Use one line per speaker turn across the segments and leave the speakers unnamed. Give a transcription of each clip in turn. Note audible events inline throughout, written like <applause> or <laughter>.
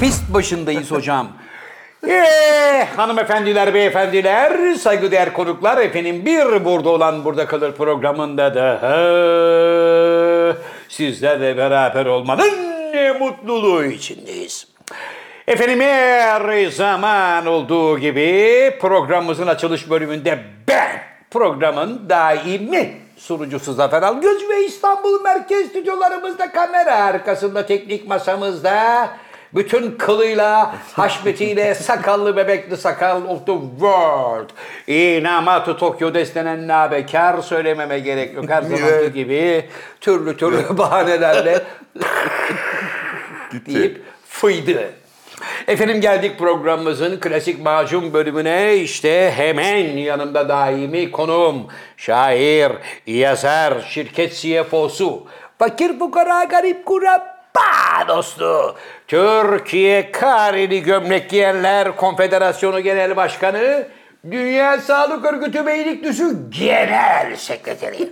pist başındayız hocam. Eee, hanımefendiler, beyefendiler, saygıdeğer konuklar efendim bir burada olan burada kalır programında da ha, sizlerle beraber olmanın e, mutluluğu içindeyiz. Efendim her zaman olduğu gibi programımızın açılış bölümünde ben programın daimi sunucusu Zafer Algöz ve İstanbul Merkez stüdyolarımızda kamera arkasında teknik masamızda bütün kılıyla, haşmetiyle, sakallı bebekli sakal of the world. İnamatu Tokyo destenen nabekar söylememe gerek yok. Her zamanki gibi türlü türlü <laughs> bahanelerle deyip fıydı. Efendim geldik programımızın klasik macun bölümüne. İşte hemen yanımda daimi konuğum, şair, yazar, şirket CFO'su, fakir fukara garip kurabba dostu, Türkiye Kareli Gömlek Giyenler Konfederasyonu Genel Başkanı, Dünya Sağlık Örgütü Beylikdüzü Genel Sekreteri.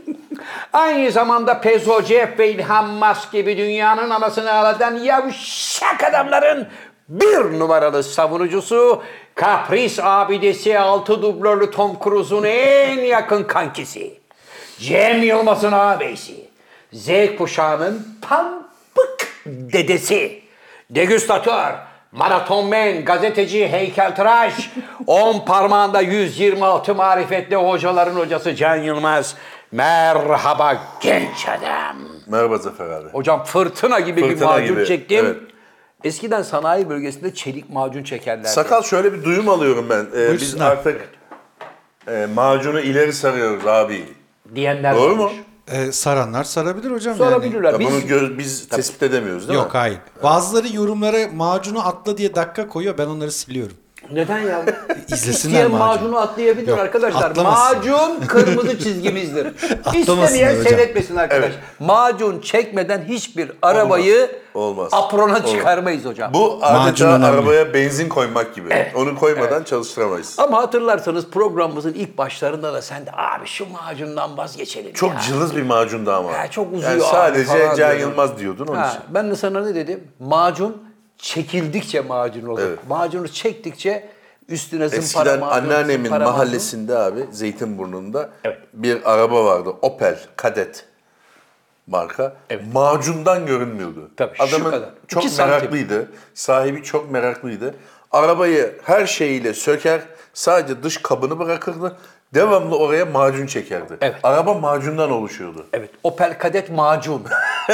Aynı zamanda PZOCF ve İlhan Mas gibi dünyanın anasını ağlatan yavşak adamların bir numaralı savunucusu, kapris abidesi altı dublörlü Tom Cruise'un en yakın kankisi. Cem Yılmaz'ın ağabeyisi. Z kuşağının pampık dedesi. Degüstatör, maratonmen, gazeteci, <laughs> heykeltıraş, on parmağında 126 marifetli hocaların hocası Can Yılmaz. Merhaba genç adam.
Merhaba Zafer abi.
Hocam fırtına gibi bir
Fırtına
macun
gibi,
çektim.
evet.
Eskiden sanayi bölgesinde çelik macun çekerlerdi.
Sakal şöyle bir duyum alıyorum ben. Ee, biz
Buyursunlar.
artık e, macunu ileri sarıyoruz abi.
diyenler
Doğru mu?
varmış.
Ee, saranlar sarabilir hocam. Yani.
Sorabilirler.
Ya
Biz-
bunu gö- biz tespit edemiyoruz değil
Yok
mi?
hayır. Bazıları yorumlara macunu atla diye dakika koyuyor. Ben onları siliyorum.
Neden ya? <laughs>
İzlesinler
İsteyen
macunu.
macunu atlayabilir
Yok,
arkadaşlar.
atlamasın.
Macun kırmızı
<laughs>
çizgimizdir.
Atlamasınlar
İstemeyen
hocam.
seyretmesin arkadaş. Macun çekmeden hiçbir arabayı
Olmaz.
aprona
Olmaz.
çıkarmayız hocam.
Bu
Macun
adeta
önemli.
arabaya benzin koymak gibi. Onu koymadan çalıştıramayız.
Ama hatırlarsanız programımızın ilk başlarında da sen de abi şu macundan vazgeçelim
Çok
ya.
cılız bir macundu ama.
Ya çok uzuyor
Yani
abi
sadece
falan
Can
diyordun.
Yılmaz diyordun onun için.
Ha, ben de sana ne dedim? Macun çekildikçe macun olur.
Evet.
Macunu çektikçe üstüne zımpara
Eskiden
macun,
anneannemin
zımpara macun.
mahallesinde abi Zeytinburnu'nda
Evet.
bir araba vardı. Opel Kadet marka. Macundan görünmüyordu.
Tabii, şu
Adamın
kadar.
çok
İki santim.
meraklıydı. Sahibi çok meraklıydı. Arabayı her şeyiyle söker, sadece dış kabını bırakırdı. Devamlı oraya macun çekerdi.
Evet.
Araba macundan oluşuyordu.
Evet. Opel Kadet macun.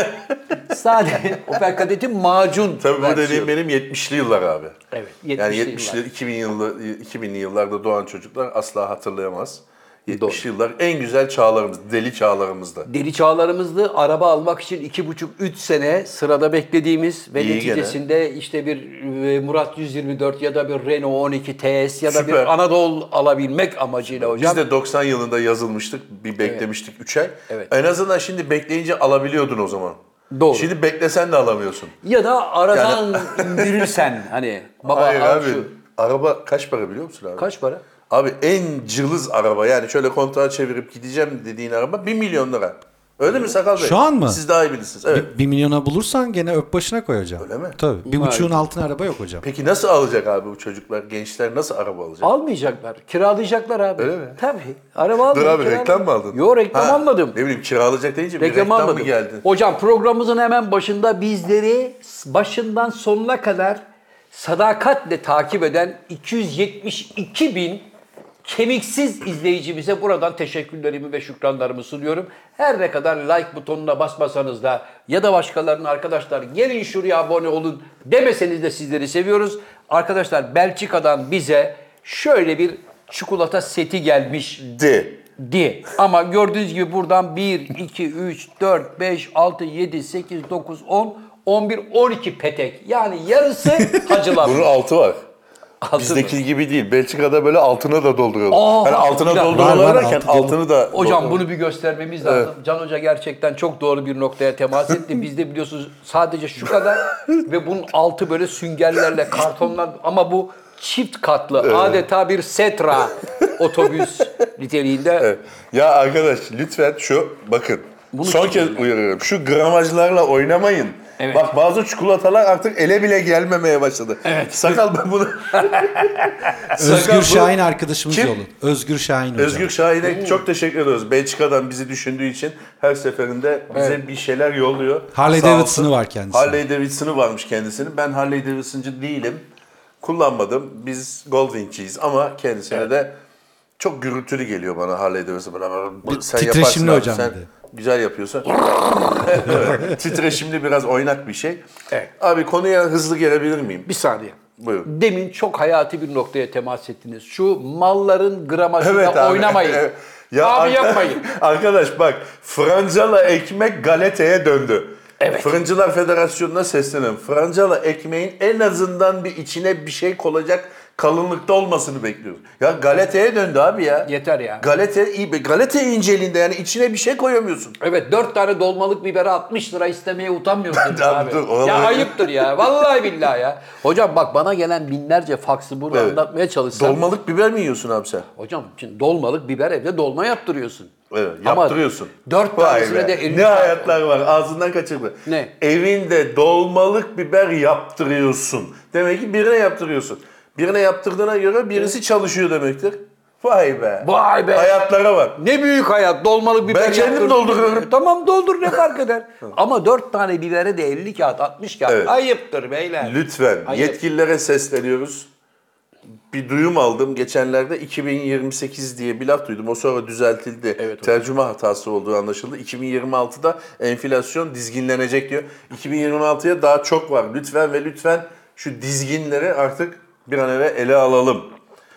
<laughs> Sadece Opel Kadet'in macun
Tabii bu
versiyonu.
dediğim benim 70'li yıllar abi.
Evet, 70'li
yani
yıllar.
70'li 2000 yıllı 2000'li yıllarda doğan çocuklar asla hatırlayamaz. 70'li yıllar en güzel çağlarımız, deli çağlarımızda.
Deli çağlarımızdı. Araba almak için 2,5-3 sene sırada beklediğimiz ve
İyi
neticesinde işte bir e, Murat 124 ya da bir Renault 12 TS ya da
Süper.
bir Anadolu alabilmek amacıyla hocam.
Biz de 90 yılında yazılmıştık, bir beklemiştik 3 ay.
Evet.
En azından şimdi bekleyince alabiliyordun o zaman.
Doğru.
Şimdi beklesen de alamıyorsun.
Ya da aradan indirirsen hani baba
Hayır
al
abi,
şu.
araba kaç para biliyor musun abi?
Kaç para?
Abi en cılız araba yani şöyle kontağı çevirip gideceğim dediğin araba 1 milyon lira. Öyle mi Sakal Bey?
Şu an mı?
Siz daha iyi bilirsiniz. Evet.
Bir milyona bulursan gene öp başına koy hocam.
Öyle mi?
Tabii. Bir buçuğun altına araba yok hocam.
Peki nasıl alacak abi bu çocuklar, gençler nasıl araba alacak?
Almayacaklar. Kiralayacaklar abi.
Öyle mi?
Tabii. Araba
Dur
almadım.
abi reklam mı aldın?
Yok reklam
Ha,
almadım.
Ne bileyim kiralayacak deyince bir
Reklam
reklam
almadım.
mı geldi?
Hocam programımızın hemen başında bizleri başından sonuna kadar sadakatle takip eden 272 bin kemiksiz izleyicimize buradan teşekkürlerimi ve şükranlarımı sunuyorum. Her ne kadar like butonuna basmasanız da ya da başkalarının arkadaşlar gelin şuraya abone olun demeseniz de sizleri seviyoruz. Arkadaşlar Belçika'dan bize şöyle bir çikolata seti gelmiş
De.
di. Ama gördüğünüz gibi buradan 1, 2, 3, 4, 5, 6, 7, 8, 9, 10, 11, 12 petek. Yani
<laughs>
yarısı hacılar.
Bunun altı var.
Altı
Bizdeki gibi değil. Belçika'da böyle altına da dolduruyorlar.
Aa,
yani altına
güzel.
Var, var,
dolduruyorlar derken
altı dolu.
altını da
Hocam
dolduruyorlar.
bunu bir göstermemiz lazım. Can Hoca gerçekten çok doğru bir noktaya temas etti. Bizde biliyorsunuz sadece şu
<laughs>
kadar ve bunun altı böyle süngerlerle, kartonlar ama bu çift katlı adeta bir
<laughs>
setra otobüs niteliğinde.
Evet. Ya arkadaş lütfen şu bakın.
Bunu
Son
çok
kez
üzüldüm.
uyarıyorum. Şu gramajlarla oynamayın.
Evet.
Bak bazı çikolatalar artık ele bile gelmemeye başladı.
Evet.
Sakal ben bunu... Sakal
Özgür
bunu-
Şahin arkadaşımız
Kim?
yolu. Özgür Şahin hocam.
Özgür Şahin'e çok teşekkür ediyoruz. Belçika'dan bizi düşündüğü için her seferinde bize bir şeyler yolluyor.
Harley
Sağ olsun.
Davidson'ı var kendisinin.
Harley Davidson'ı varmış kendisinin. Ben Harley Davidson'cı değilim. Kullanmadım. Biz Goldwing'ciyiz ama kendisine de çok gürültülü geliyor bana Harley Davidson. Bana, bana, sen
titreşimli
yaparsın abi,
hocam
sen
dedi.
güzel
<laughs>
yapıyorsun. Evet, titreşimli biraz oynak bir şey.
Evet.
Abi konuya hızlı gelebilir miyim?
Bir saniye.
Buyurun.
Demin çok hayati bir noktaya temas ettiniz. Şu malların gramajıyla
Evet abi.
oynamayın.
<laughs> Evet.
abi
ar-
yapmayın.
<laughs> Arkadaş bak francala ekmek galeteye döndü.
Evet.
Fırıncılar Federasyonu'na sesleniyorum. Francala ekmeğin en azından bir içine bir şey kolacak kalınlıkta olmasını bekliyoruz. Ya galeteye döndü abi ya.
Yeter ya.
Galete iyi be. Galete inceliğinde yani içine bir şey koyamıyorsun.
Evet dört tane dolmalık biberi 60 lira istemeye
<laughs>
utanmıyorsunuz
Tamam,
abi.
dur, oraları-
ya ayıptır ya. Vallahi billahi ya. Hocam bak bana gelen binlerce faksı burada
Evet.
anlatmaya çalışsam.
Dolmalık biber mi yiyorsun abi sen?
Hocam şimdi dolmalık biber evde dolma yaptırıyorsun.
Evet,
Ama
yaptırıyorsun.
dört
Vay
tanesine
be.
de elini-
Ne hayatlar var ağzından kaçırma.
Ne?
Evinde dolmalık biber yaptırıyorsun. Demek ki birine yaptırıyorsun. Birine yaptırdığına göre birisi çalışıyor demektir. Vay be.
Vay be.
Hayatlara bak.
Ne büyük hayat dolmalık biber
Ben kendim
yaptırdım.
dolduruyorum.
Tamam doldur ne fark eder.
<laughs>
Ama dört tane bibere de 50 kağıt 60 kağıt.
Evet.
Ayıptır beyler.
Lütfen
Hayır.
yetkililere sesleniyoruz. Bir duyum aldım geçenlerde 2028 diye bir laf duydum. O sonra düzeltildi.
Evet,
Tercüme hatası olduğu anlaşıldı. 2026'da enflasyon dizginlenecek diyor. 2026'ya daha çok var. Lütfen ve lütfen şu dizginleri artık bir an evvel ele alalım.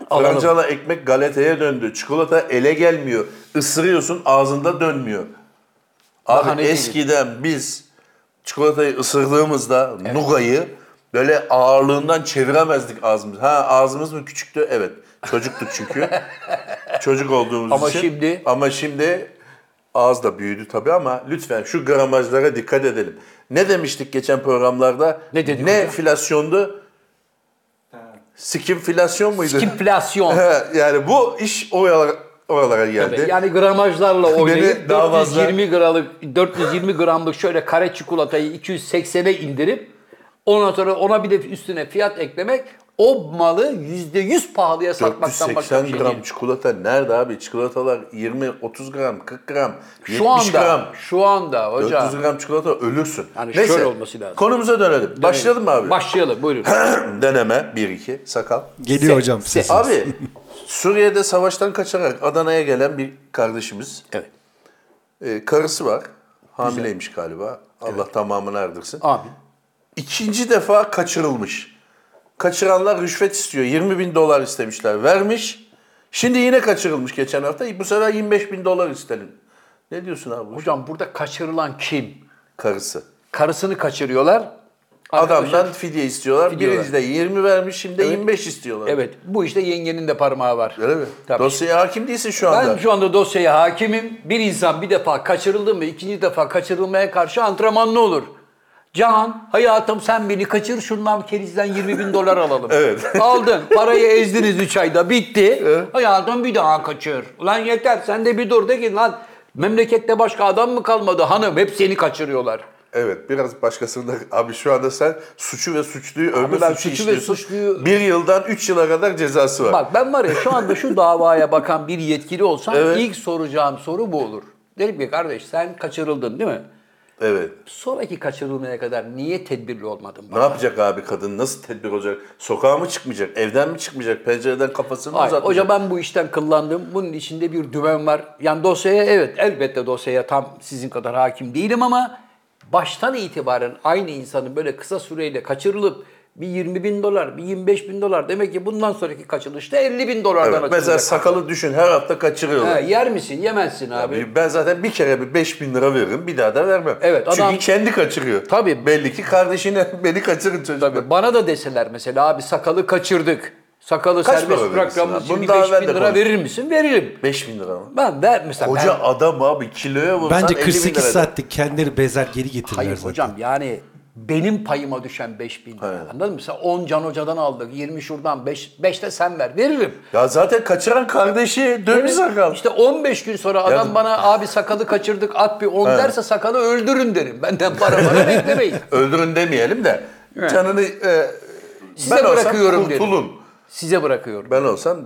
Alalım.
Francala ekmek galeteye döndü. Çikolata ele gelmiyor. Isırıyorsun ağzında dönmüyor.
Daha
Abi
ne
eskiden biz çikolatayı ısırdığımızda nugayı böyle ağırlığından çeviremezdik ağzımız. Ha ağzımız mı küçüktü? Evet. Çocuktuk
<laughs>
çünkü. Çocuk olduğumuz
Ama
için.
şimdi-
Ama şimdi ağız da büyüdü tabii ama lütfen şu gramajlara dikkat edelim. Ne demiştik geçen programlarda?
Ne dedik
Ne
hocam?
filasyondu? Skimfilasyon muydu?
Kimflasyon.
He, <laughs> yani bu iş oralara, oralara geldi.
Tabii. Yani gramajlarla oynayıp
Beni daha fazla-
420 gramlık 420 gramlık şöyle kare çikolatayı 280'e indirip ondan sonra ona bir de üstüne fiyat eklemek o malı %100 pahalıya satmaktan başka bir
480
şey
gram
değil.
çikolata nerede abi? Çikolatalar 20, 30 gram, 40 gram, 70
Şu anda
gram.
şu anda hocam
400 gram çikolata ölürsün.
Yani şöyle olması lazım.
Konumuza dönelim. Başlayalım mı abi?
başlayalım buyurun.
<clears throat> Deneme 1-2
<laughs>
sakal.
Geliyor hocam
se-
sesiniz.
Abi Suriye'de savaştan kaçarak Adana'ya gelen bir kardeşimiz.
evet.
Ee, karısı var. Hamileymiş galiba. Allah tamamını erdirsin.
Abi
İkinci defa kaçırılmış. Kaçıranlar rüşvet istiyor. 20 bin dolar istemişler. Vermiş. Şimdi yine kaçırılmış geçen hafta. Bu sefer 25 bin dolar istedim. Ne diyorsun abi? bu?
hocam burada kaçırılan kim?
Karısı.
Karısını kaçırıyorlar. Arkadaşlar-
Adamdan fidye istiyorlar.
Fidye
Birinci de 20 vermiş. Şimdi 25 istiyorlar.
Evet. Bu işte yengenin de parmağı var.
Öyle mi?
Tabii.
Dosyaya hakim değilsin şu anda.
Ben şu anda dosyaya hakimim. Bir insan bir defa kaçırıldı mı, ikinci defa kaçırılmaya karşı antrenmanlı olur. Can, hayatım sen beni kaçır, şundan kerizden 20 bin dolar alalım.
<laughs> Evet.
Aldın, parayı ezdiniz 3 ayda, bitti. Hayatım bir daha kaçır. Ulan yeter, sen de bir dur de ki lan memlekette başka adam mı kalmadı hanım? Hep seni kaçırıyorlar.
Evet biraz başkasında abi şu anda sen suçu ve suçluyu övme
ben
suçu
suçu ve
işliyorsun.
suçluyu-
Bir yıldan 3 yıla kadar cezası var.
Bak ben var ya şu anda şu davaya bakan bir yetkili olsam
Evet.
ilk soracağım soru bu olur. Derim ki kardeş sen kaçırıldın değil mi?
Evet.
Sonraki kaçırılmaya kadar niye tedbirli olmadın?
Ne yapacak abi kadın? Nasıl tedbir olacak? Sokağa mı çıkmayacak? Evden mi çıkmayacak? Pencereden kafasını mı
Hayır,
uzatmayacak?
hocam ben bu işten kıllandım. Bunun içinde bir dümen var. Yani dosyaya evet elbette dosyaya tam sizin kadar hakim değilim ama baştan itibaren aynı insanın böyle kısa süreyle kaçırılıp bir 20 bin dolar, bir 25 bin dolar demek ki bundan sonraki kaçılışta 50 bin dolardan
Evet, mesela sakalı düşün her hafta kaçırıyorlar.
Ha, yer misin? Yemezsin abi.
Ben zaten bir kere bir 5000 bin lira veririm bir daha da vermem.
Evet, adam-
Çünkü kendi kaçırıyor.
Tabii.
Belli ki kardeşine <laughs> beni kaçırın çocuklar.
Tabii bana da deseler mesela abi sakalı kaçırdık. Sakalı
Kaç para
serbest
verirsin
bırakmamız
abi?
için
Bunu
bir
daha
5
evvel
bin
de
lira
konuştuk.
verir misin? Veririm.
5 bin lira mı?
Ben ver mesela.
Hoca
ben-
adam abi kiloya vursan
Bence
50 bin
48
lira.
saatlik kendileri bezer geri getirirler
Hayır
zaten.
hocam yani benim payıma düşen 5000 lira.
Evet.
Anladın mı? Mesela 10 Can Hoca'dan aldık, 20 şuradan, 5, 5 de sen ver. Veririm.
Ya zaten kaçıran kardeşi döviz sakal.
İşte 15 gün sonra adam
Ya-
bana abi sakalı kaçırdık at bir 10 derse sakalı öldürün derim. Benden para
<laughs>
para beklemeyin.
Öldürün demeyelim de canını e,
Size
ben olsam
bırakıyorum dedim.
kurtulun.
Size bırakıyorum.
Ben olsam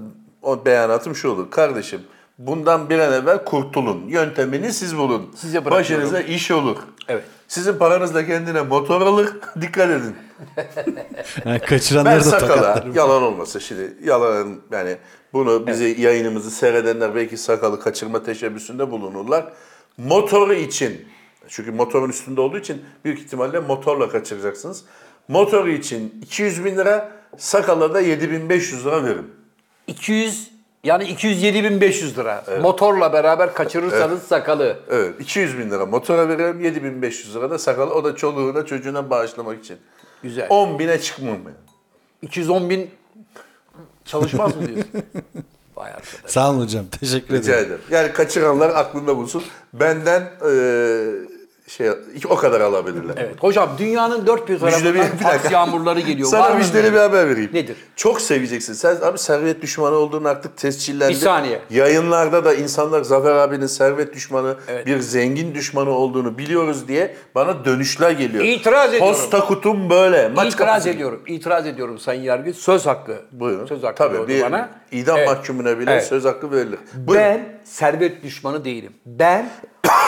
o beyanatım şu olur. Kardeşim bundan bir an evvel kurtulun. Yöntemini siz bulun.
Size bırakıyorum.
Başınıza iş olur.
Evet.
Sizin paranızla kendine motor alır. <laughs> Dikkat edin.
<laughs> Yani kaçıranları
Ben
da
sakala
tokatlarım.
yalan olmasa şimdi yalan yani bunu bizi yayınımızı seyredenler belki sakalı kaçırma teşebbüsünde bulunurlar. Motoru için çünkü motorun üstünde olduğu için büyük ihtimalle motorla kaçıracaksınız. Motoru için 200 bin lira, sakala da 7500 lira verin.
200 yani 207.500 lira. Motorla beraber kaçırırsanız sakalı.
Evet 200 bin lira motora veriyorum 7500 lira da sakal o da çoluğuna çocuğuna bağışlamak için.
Güzel.
10 bine çıkmıyor mu?
210 bin çalışmaz mı
<laughs>
diyorsun? Vay arkadaş.
Sağ olun hocam. Teşekkür
Rica
ederim.
ederim. Yani kaçıranlar aklında bulsun. Benden eee, şey o kadar alabilirler.
Evet. Hocam dünyanın dört bir
Müjdeli-
tarafından
bir dakika.
taksi yağmurları geliyor. Var
Sana
mı?
müjdeli bir haber vereyim.
Nedir?
Çok seveceksin. Sen abi servet düşmanı olduğunu artık tescillendi.
Bir saniye.
Yayınlarda da insanlar Zafer abinin servet düşmanı,
Evet.
bir zengin düşmanı olduğunu biliyoruz diye bana dönüşler geliyor.
İtiraz ediyorum.
Posta kutum böyle. Maç
İtiraz
kapısı gibi.
ediyorum. İtiraz ediyorum Sayın Yargıç. Söz hakkı.
Buyurun.
Söz hakkı
Tabii
oldu
bir
bana.
idam
Evet.
mahkumuna bile
Evet.
söz hakkı verilir. Buyurun.
Ben servet düşmanı değilim. Ben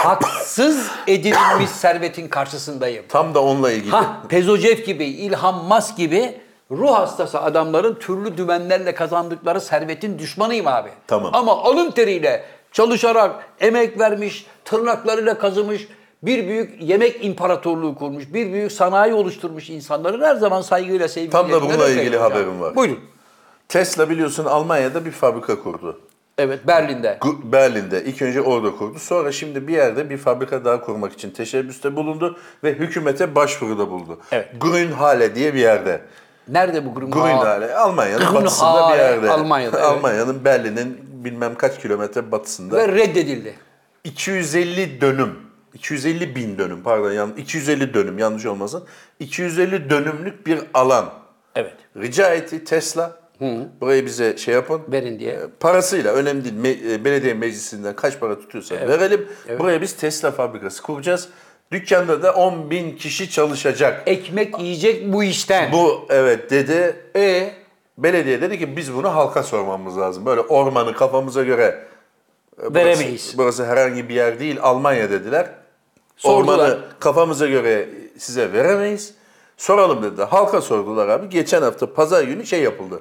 haksız edilmiş servetin karşısındayım.
Tam da onunla ilgili.
Ha, Pezocev gibi, İlhan Musk gibi ruh hastası adamların türlü dümenlerle kazandıkları servetin düşmanıyım abi.
Tamam.
Ama alın teriyle, çalışarak, emek vermiş, tırnaklarıyla kazımış, bir büyük yemek imparatorluğu kurmuş, bir büyük sanayi oluşturmuş insanların her zaman saygıyla, sevgiyle...
Tam da bununla
neden
ilgili
seviyorum
haberim
abi?
var.
Buyurun.
Tesla biliyorsun Almanya'da bir fabrika kurdu.
Evet, Berlin'de.
Gu- Berlin'de ilk önce orada kurdu. Sonra şimdi bir yerde bir fabrika daha kurmak için teşebbüste bulundu ve hükümete başvuruda bulundu.
Evet.
Grünhale diye bir yerde.
Nerede bu Grünhal?
Grünhale Almanya'nın batısında bir
Grünhale,
yerde.
Almanya'da, evet.
Almanya'nın Berlin'in bilmem kaç kilometre batısında.
Ve reddedildi.
250 dönüm. 250 bin dönüm pardon yan- 250 dönüm yanlış olmasın. 250 dönümlük bir alan.
Evet.
Rica etti Tesla. Burayı bize şey yapın.
Verin diye.
E, Parasıyla önemli değil. Me- e, belediye meclisinden kaç para tutuyorsa verelim. Buraya biz Tesla fabrikası kuracağız. Dükkanda da 10 bin kişi çalışacak.
Ekmek yiyecek bu işten.
Bu evet dedi.
E
Belediye dedi ki biz bunu halka sormamız lazım. Böyle ormanı kafamıza göre e,
veremeyiz.
Burası, burası herhangi bir yer değil. Almanya dediler.
Sordular.
Ormanı kafamıza göre size veremeyiz. Soralım dedi. Halka sordular abi. Geçen hafta pazar günü şey yapıldı.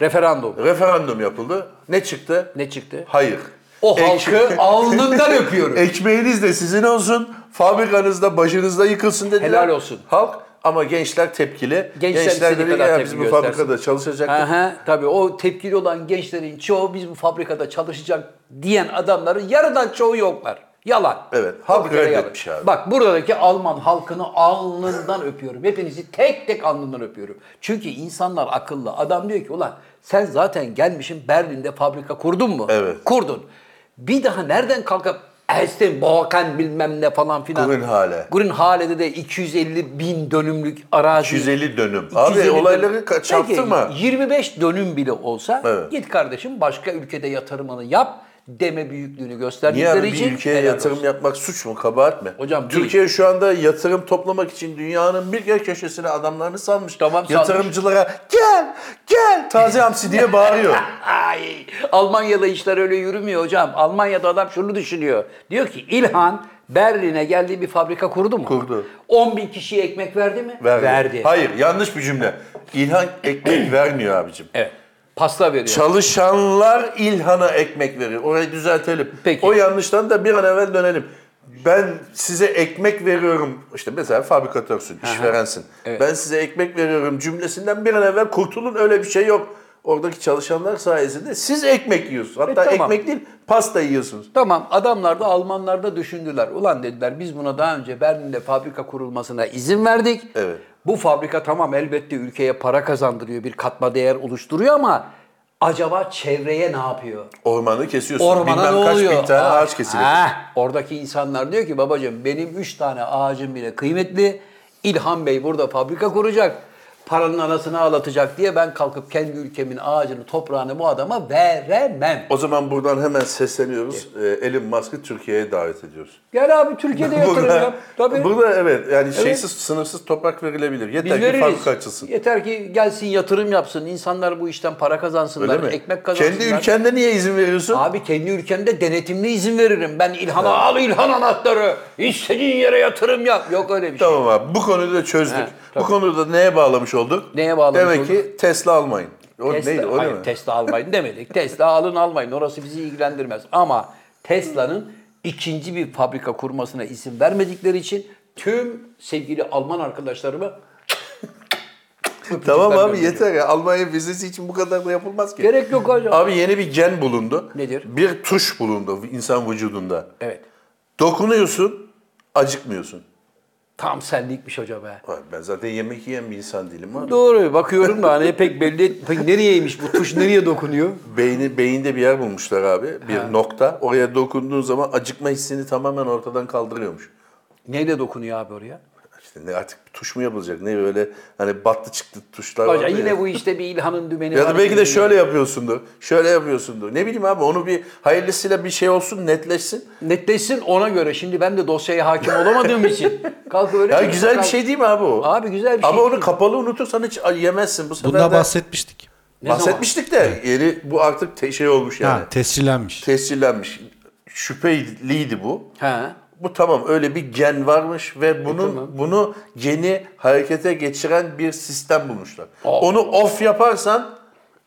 Referandum.
Referandum yapıldı. Ne çıktı?
Ne çıktı?
Hayır.
O
Ekşi-
halkı
<laughs>
alnından öpüyorum.
Ekmeğiniz de sizin olsun. Fabrikanız da başınızda yıkılsın dediler.
Helal olsun.
Halk ama gençler tepkili.
Gençler istediği
dedi ki
kadar
"Ya biz
tepki
bu fabrikada
Hı
çalışacaktık.
hı, tabii o tepkili olan gençlerin çoğu biz bu fabrikada çalışacak diyen adamların yarıdan çoğu yoklar. Yalan.
Evet, halk
O bir kere yalan.
reddetmiş abi.
Bak buradaki Alman halkını alnından öpüyorum. Hepinizi tek tek alnından öpüyorum. Çünkü insanlar akıllı. Adam diyor ki ulan sen zaten gelmişsin Berlin'de fabrika kurdun mu?
Evet.
Kurdun. Bir daha nereden kalkıp Elstein, Balkan bilmem ne falan filan.
Grünhale.
Grünhale'de de 250 bin dönümlük arazi.
250 dönüm. Abi
250
olayları
dönüm.
ka- çarptırma.
Peki, 25 dönüm bile olsa
Evet.
git kardeşim başka ülkede yatırımını yap deme büyüklüğünü
Niye abi
gösterdikleri için.
bir ülkeye
helal
yatırım
olsun.
yapmak suç mu, kabahat mi?
Hocam, değil.
Türkiye şu anda yatırım toplamak için dünyanın bir yer köşesine adamlarını salmış.
Tamam, salmış.
Yatırımcılara gel, gel taze hamsi diye bağırıyor.
<laughs> Ay, Almanya'da işler öyle yürümüyor hocam. Almanya'da adam şunu düşünüyor. Diyor ki İlhan Berlin'e geldiği bir fabrika kurdu mu?
Kurdu.
10 bin kişiye ekmek verdi mi?
Verdi. Hayır yanlış bir cümle. İlhan
<clears throat>
ekmek vermiyor abicim.
Evet. Pasta veriyor.
Çalışanlar İlhan'a ekmek veriyor. Orayı düzeltelim.
Peki.
O yanlıştan da bir an evvel dönelim. Ben size ekmek veriyorum. İşte mesela fabrikatörsün, işverensin.
Evet.
Ben size ekmek veriyorum cümlesinden bir an evvel kurtulun. Öyle bir şey yok. Oradaki çalışanlar sayesinde siz ekmek yiyorsunuz. Hatta
E, tamam.
ekmek değil, pasta yiyorsunuz.
Tamam adamlar da Almanlar da düşündüler. Ulan dediler biz buna daha önce Berlin'de fabrika kurulmasına izin verdik.
Evet.
Bu fabrika tamam elbette ülkeye para kazandırıyor, bir katma değer oluşturuyor ama acaba çevreye ne yapıyor?
Ormanı kesiyorsun.
Ormana
Bilmem
ne
kaç
oluyor?
bin tane
Aa,
ağaç kesilecek.
ha, Oradaki insanlar diyor ki babacığım benim üç tane ağacım bile kıymetli. İlhan Bey burada fabrika kuracak. Paranın anasını ağlatacak diye ben kalkıp kendi ülkemin ağacını, toprağını bu adama veremem.
O zaman buradan hemen sesleniyoruz. Ee, Elon Musk'ı Türkiye'ye davet ediyoruz.
Gel abi
<laughs>
Türkiye'de yatırım yap. Tabii.
burada evet yani şeysiz sınırsız toprak verilebilir.
Biz
Yeter ki
veririz.
fabrika açılsın.
Yeter ki gelsin yatırım yapsın. İnsanlar bu işten para kazansınlar,
Öyle mi?
ekmek kazansınlar.
Kendi ülkende niye izin veriyorsun?
Abi kendi ülkemde denetimli izin veririm. Ben İlhan'a al İlhan anahtarı. İstediğin yere yatırım yap. Yok öyle bir şey.
Tamam abi bu konuyu da çözdük.
He,
bu konuyu da neye bağlamış olduk?
Neye bağlamış
Demek
olduk?
ki Tesla almayın. O
Tesla,
neydi? O ne
hayır,
mi?
Tesla almayın demedik. Tesla alın almayın. Orası bizi ilgilendirmez. Ama Tesla'nın ikinci bir fabrika kurmasına izin vermedikleri için tüm sevgili Alman arkadaşlarımı
Tamam abi
gönderiyor.
yeter ya. Almanya vizesi için bu kadar da yapılmaz ki.
gerek yok hocam.
Abi yeni bir gen bulundu.
Nedir?
Bir tuş bulundu insan vücudunda.
Evet.
Dokunuyorsun, acıkmıyorsun.
Tam senlikmiş hoca be.
Ay, Ben zaten yemek yiyen bir insan değilim abi.
Doğru bakıyorum da hani pek belli pek nereyeymiş bu tuş nereye dokunuyor?
Beyni, beyinde bir yer bulmuşlar abi. Bir nokta. Oraya dokunduğun zaman acıkma hissini tamamen ortadan kaldırıyormuş.
Neyle dokunuyor abi oraya?
İşte ne artık tuş mu yapılacak? Ne böyle hani battı çıktı tuşlar
Hoca
vardı ya.
yine bu işte bir İlhan'ın dümeni
Ya
var.
da belki de şöyle yapıyorsundur. Şöyle yapıyorsundur. Ne bileyim abi onu bir hayırlısıyla bir şey olsun netleşsin.
Netleşsin ona göre. Şimdi ben de dosyaya hakim olamadığım için. Kalk öyle.
Ya güzel bir şey değil mi abi o?
Abi güzel bir şey
Ama onu
değil.
kapalı unutursan hiç yemezsin. Bu sefer
Bundan
de
bahsetmiştik.
Ne zaman?
bahsetmiştik de yeri bu artık te- şey olmuş yani.
Ha, tescillenmiş.
Tescillenmiş. Şüpheliydi bu.
He.
Bu tamam öyle bir gen varmış
E,
ve bunun bunu geni harekete geçiren bir sistem bulmuşlar. Onu off yaparsan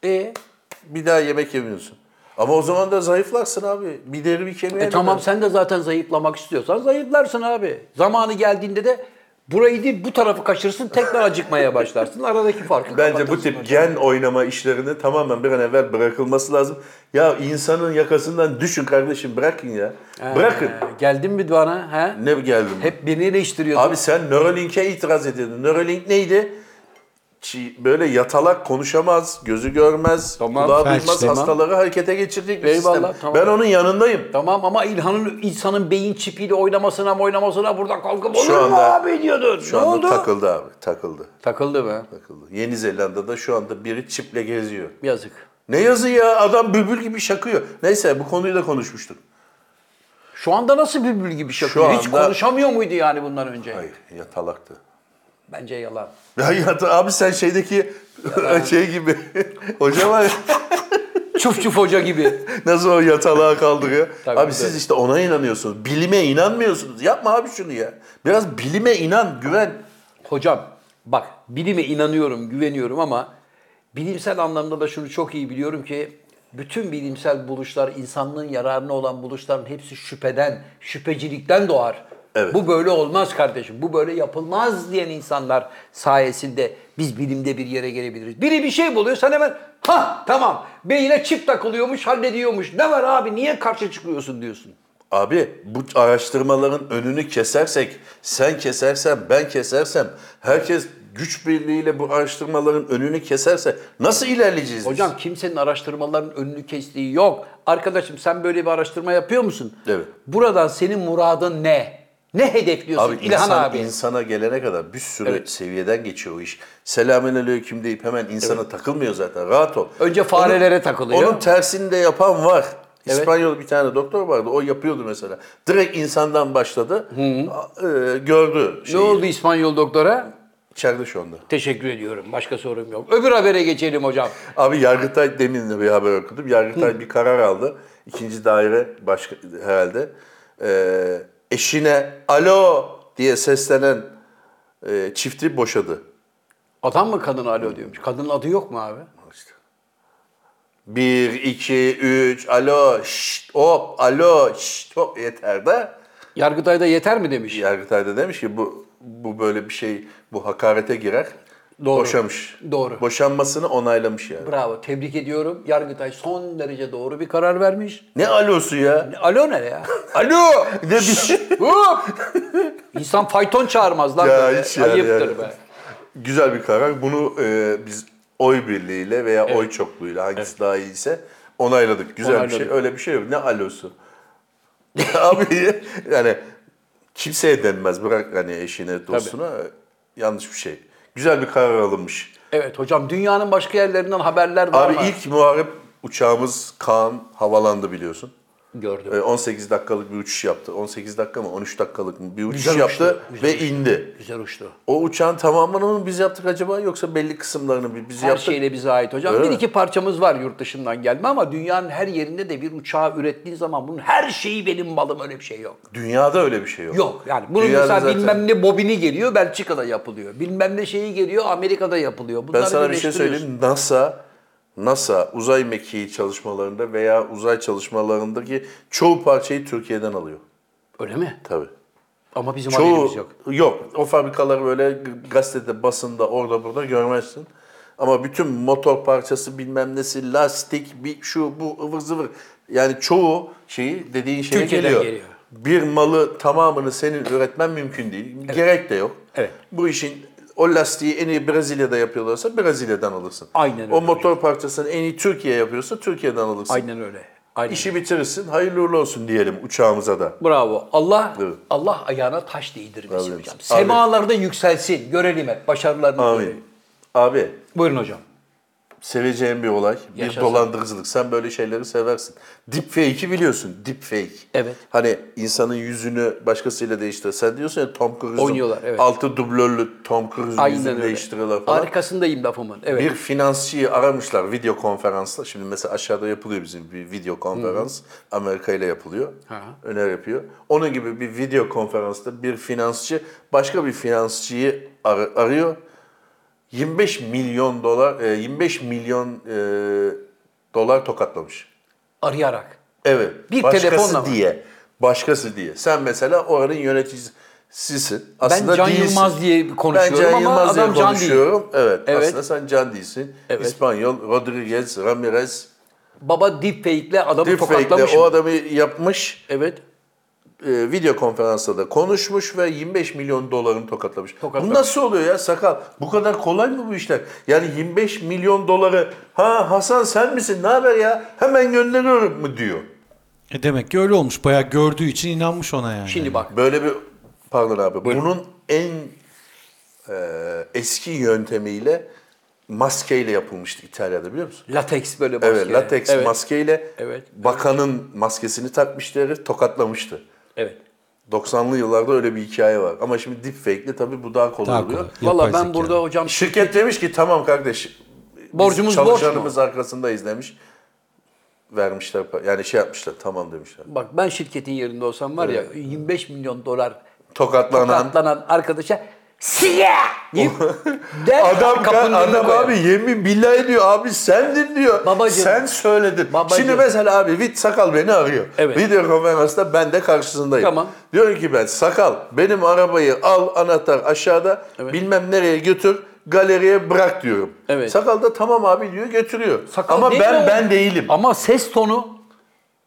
E,
bir daha yemek yemiyorsun. Ama o zaman da zayıflarsın abi. Bir deri bir kemiğe.
e tamam
dönersin.
sen de zaten zayıflamak istiyorsan zayıflarsın abi. Zamanı geldiğinde de burayı değil bu tarafı kaçırırsın tekrar acıkmaya başlarsın. Aradaki farkı
Bence bu
kapatırsın
tip
hocam.
gen oynama işlerini tamamen bir an evvel bırakılması lazım. Ya insanın yakasından düşün kardeşim bırakın ya. Bırakın.
Ee, geldin mi bana? He?
Ne geldim?
Hep beni eleştiriyorsun.
Abi sen Neuralink'e itiraz ediyordun. Neuralink neydi? Çi- Böyle yatalak konuşamaz, gözü görmez,
Tamam,
kulağı
felç,
duymaz
tamam.
hastaları harekete geçirecek bir
Eyvallah,
sistem.
tamam.
Ben onun yanındayım.
Tamam ama İlhan'ın insanın beyin çipiyle oynamasına oynamasına burada kalkıp olur
Şu
mu
anda-
abi diyordun.
Şu
ne
anda
oldu?
takıldı abi, takıldı.
Takıldı mı?
Takıldı. Yeni Zelanda'da şu anda biri çiple geziyor.
Yazık.
Ne yazı ya adam bülbül gibi şakıyor. Neyse bu konuyu da konuşmuştuk.
Şu anda nasıl bülbül gibi şakıyor? Hiç
anda-
konuşamıyor muydu yani bundan önce?
Hayır yatalaktı. <laughs>
Bence yalan.
Ya yata- abi sen şeydeki <laughs> şey gibi. Hoca var ya,
Çuf çuf hoca gibi.
nasıl o yatalığa kaldırıyor.
Tabii,
abi
tabii.
siz işte ona inanıyorsunuz. Bilime inanmıyorsunuz. Yapma abi şunu ya. Biraz bilime inan, güven.
Hocam bak bilime inanıyorum, güveniyorum ama bilimsel anlamda da şunu çok iyi biliyorum ki bütün bilimsel buluşlar, insanlığın yararına olan buluşların hepsi şüpheden, şüphecilikten doğar.
Evet.
Bu böyle olmaz kardeşim. Bu böyle yapılmaz diyen insanlar sayesinde biz bilimde bir yere gelebiliriz. Biri bir şey buluyor sen hemen ha tamam beyine çip takılıyormuş hallediyormuş. Ne var abi niye karşı çıkıyorsun diyorsun.
Abi bu araştırmaların önünü kesersek, sen kesersen, ben kesersem, herkes güç birliğiyle bu araştırmaların önünü keserse nasıl ilerleyeceğiz biz?
Hocam kimsenin araştırmaların önünü kestiği yok. Arkadaşım sen böyle bir araştırma yapıyor musun?
Evet.
Buradan senin muradın ne? Ne hedefliyorsun
Abi
İlhan
insan,
abi?
insana gelene kadar bir sürü seviyeden geçiyor o iş. Selamünaleyküm aleyküm deyip hemen insana takılmıyor zaten. Rahat ol.
Önce farelere takılıyor.
Onun tersini de yapan var.
Evet.
İspanyol bir tane doktor vardı. O yapıyordu mesela. Direkt insandan başladı. a- e, gördü.
Ne
Şeyi.
oldu İspanyol doktora?
İçeride şu anda.
Teşekkür ediyorum. Başka sorum yok. Öbür habere geçelim hocam.
Abi Yargıtay demin de bir haber okudum. Yargıtay bir karar aldı. İkinci daire başka herhalde. Ee, eşine alo diye seslenen e, çifti boşadı.
Adam mı kadın alo diyormuş? Kadının adı yok mu abi?
Bir, iki, üç, alo, şşt, hop, alo, şşt, hop yeter de.
Yargıtay'da yeter mi demiş.
Yargıtay da demiş ki bu bu böyle bir şey, bu hakarete girer.
Doğru.
Boşamış.
Doğru.
Boşanmasını onaylamış yani.
Bravo. Tebrik ediyorum. Yargıtay son derece doğru bir karar vermiş.
Ne alosu ya?
Alo ne
<laughs>
ya? <laughs>
Alo! Ne bir şey-
Hop! İnsan fayton çağırmaz lan.
Ya
böyle.
hiç yani,
Ayıptır
yani.
be.
Güzel bir karar. Bunu e, biz oy birliğiyle veya oy çokluğuyla hangisi daha iyiyse onayladık. Güzel bir şey.
Onayladık.
Öyle bir şey yok. Ne alosu? <laughs> Abi yani kimseye denmez. Bırak hani eşine, dostuna. yanlış bir şey. Güzel bir karar alınmış.
Evet hocam dünyanın başka yerlerinden haberler var
Abi
mı?
ilk muharip uçağımız Kaan havalandı biliyorsun.
gördüm.
Ee, 18 dakikalık bir uçuş yaptı. 18 dakika mı 13 dakikalık mı bir uçuş
Güzel uçtu,
yaptı
güzel
ve
uçtu.
indi.
Güzel uçtu.
O uçağın tamamını mı biz yaptık acaba yoksa belli kısımlarını bi- biz
Her
yaptık?
şeyle bize ait hocam.
Öyle
bir
mi?
iki parçamız var yurt dışından gelme ama dünyanın her yerinde de bir uçağı ürettiğin zaman bunun her şeyi benim malım öyle bir şey yok.
Dünyada öyle bir şey yok.
Yok yani bunun
Dünyada
mesela
zaten-
bilmem ne bobini geliyor Belçika'da yapılıyor. Bilmem ne şeyi geliyor Amerika'da yapılıyor.
Ben
Bunları
sana bir şey
birleştiriyorsun.
söyleyeyim. NASA NASA uzay mekiği çalışmalarında veya uzay çalışmalarındaki çoğu parçayı Türkiye'den alıyor.
Öyle mi?
Tabii.
Ama bizim
Çoğu
haberimiz şey yok.
yok. O fabrikaları böyle g- gazetede, basında, orada burada görmezsin. Ama bütün motor parçası bilmem nesi, lastik, bir şu bu ıvır zıvır. Yani çoğu şeyi dediğin şeye
Türkiye'den
geliyor.
geliyor.
Bir malı tamamını senin üretmen mümkün değil. Gerek de yok.
Evet.
Bu işin o lastiği en iyi Brezilya'da yapıyorlarsa Brezilya'dan alırsın.
Aynen öyle
O motor parçasını en iyi Türkiye yapıyorsa Türkiye'den alırsın.
Aynen öyle. Aynen.
İşi bitirirsin. Hayırlı uğurlu olsun diyelim uçağımıza da.
Bravo. Allah
Evet.
Allah ayağına taş değdirmesin
Amin.
hocam. Semalarda yükselsin. Görelim hep başarılarını.
Amin.
görelim.
Abi
Buyurun hocam.
seveceğim bir olay.
Yaşasın.
Bir dolandırıcılık. Sen böyle şeyleri seversin. Deepfake'i biliyorsun. Deepfake.
Evet.
Hani insanın yüzünü başkasıyla değiştirir. Sen diyorsun ya Tom Cruise'un
Oynuyorlar, evet.
altı dublörlü Tom Cruise'un
Aynen
yüzünü
öyle.
değiştiriyorlar falan.
Arkasındayım lafımın. Evet.
Bir finansçıyı aramışlar video konferansla. Şimdi mesela aşağıda yapılıyor bizim bir video konferans. Amerika ile yapılıyor.
Ha.
Öner yapıyor. Onun gibi bir video konferansta bir finansçı başka bir finansçıyı ar- arıyor. 25 milyon dolar e, 25 milyon e, dolar tokatlamış.
Arayarak.
Evet.
Bir
başkası
telefonla mı?
diye. Başkası diye. Sen mesela oranın yöneticisisin. Aslında
Can
değilsin.
Yılmaz diye konuşuyorum
ben Can
ama
Yılmaz diye
adam Can değil.
konuşuyorum. Evet,
Evet.
Aslında sen Can değilsin.
Evet.
İspanyol Rodriguez Ramirez
Baba deepfake'le adamı tokatlamış.
deepfake'le o
mı?
adamı yapmış.
Evet.
e, video konferansta da konuşmuş ve 25 milyon dolarını tokatlamış.
Tokatlamış.
Bu nasıl oluyor ya sakal? Bu kadar kolay mı bu işler? Yani 25 milyon doları ha Hasan sen misin ne haber ya hemen gönderiyorum mu diyor.
E demek ki öyle olmuş. Bayağı gördüğü için inanmış ona yani.
Şimdi bak.
Böyle bir pardon abi. Bunun en e, eski yöntemiyle maskeyle yapılmıştı İtalya'da biliyor musun?
Lateks böyle maske.
Evet, lateks
evet.
maskeyle
Evet.
bakanın maskesini takmıştı herif, tokatlamıştı.
Evet.
90'lı yıllarda öyle bir hikaye var. Ama şimdi deepfake'le tabii bu daha kolay
Daha
oluyor.
kolay. Yapay
Valla ben
zeka.
burada hocam
Şirket demiş ki tamam kardeş. biz
Borcumuz borç mu?"
çalışanımız arkasındayız demiş. Vermişler pa- yani şey yapmışlar tamam demişler.
bak ben şirketin yerinde olsam var ya 25 milyon dolar
Tokatlanan
tokatlanan arkadaşa siyah deyip
<laughs>
der
Adam
kapının önüne
adam
koyar.
abi yemin billahi diyor abi sendin diyor.
Babacım.
Sen söyledin.
Babacım.
Şimdi mesela abi Vit Sakal beni arıyor.
Evet.
Video konferansta ben de karşısındayım.
Tamam.
Diyor ki ben Sakal benim arabayı al anahtar aşağıda bilmem nereye götür galeriye bırak diyorum.
Evet.
Sakal da tamam abi diyor götürüyor.
Sakal
Ama
değil
ben
mi o?
ben değilim.
Ama ses tonu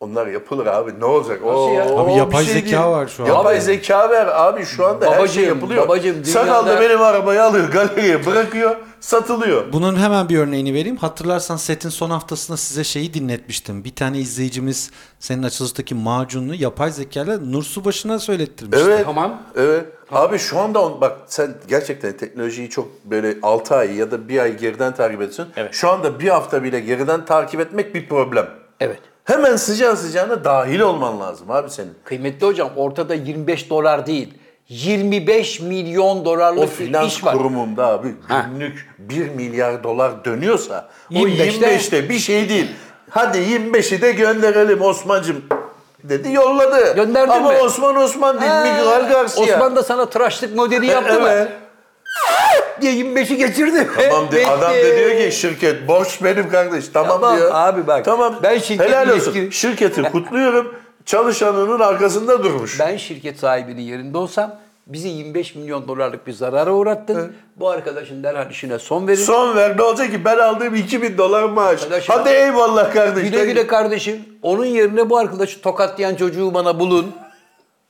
Onlar yapılır abi ne olacak? Oo,
ya?
o
Abi
bir
yapay
şey
zeka var şu an.
Yapay
Abi.
zeka ver abi şu anda her
Babacım,
şey yapılıyor.
babacım,
Sakal da
dünyada-
benim arabayı alıyor galeriye bırakıyor satılıyor.
Bunun hemen bir örneğini vereyim. Hatırlarsan setin son haftasında size şeyi dinletmiştim. Bir tane izleyicimiz senin açılıştaki macununu yapay zekayla Nur Subaşı'na söylettirmişti.
Evet.
Tamam.
Evet. Abi şu anda on, bak sen gerçekten teknolojiyi çok böyle 6 ay ya da bir ay geriden takip ediyorsun.
Evet.
Şu anda bir hafta bile geriden takip etmek bir problem.
evet.
Hemen sıcağı sıcağına dahil olman lazım abi senin.
Kıymetli hocam ortada 25 dolar değil 25 milyon dolarlık
O
bir
finans
iş var.
kurumunda abi
Ha.
günlük 1 milyar dolar dönüyorsa o
25'te
25'te bir şey değil. Hadi 25'i de gönderelim Osman'cım dedi yolladı.
Gönderdin
Ama
mi?
Osman Osman değil
Ha,
Miguel Garcia.
Osman da sana tıraşlık modeli yaptı
Evet.
mı? Diye 25'i geçirdi.
Tamam de,
Bitti.
adam da diyor ki şirket borç benim kardeş. Tamam,
Tamam
diyor.
abi bak,
Tamam.
ben şirketin
Helal olsun.
yetkili- <laughs>
Şirketi kutluyorum. Çalışanının arkasında durmuş.
Ben şirket sahibinin yerinde olsam bizi 25 milyon dolarlık bir zarara uğrattın. Bu arkadaşın derhal işine son verin.
Son ver ne olacak ki ben aldığım 2000 dolar maaş.
Arkadaşım-
Hadi eyvallah kardeş.
Güle güle kardeşim. Onun yerine bu arkadaşı tokatlayan çocuğu bana bulun.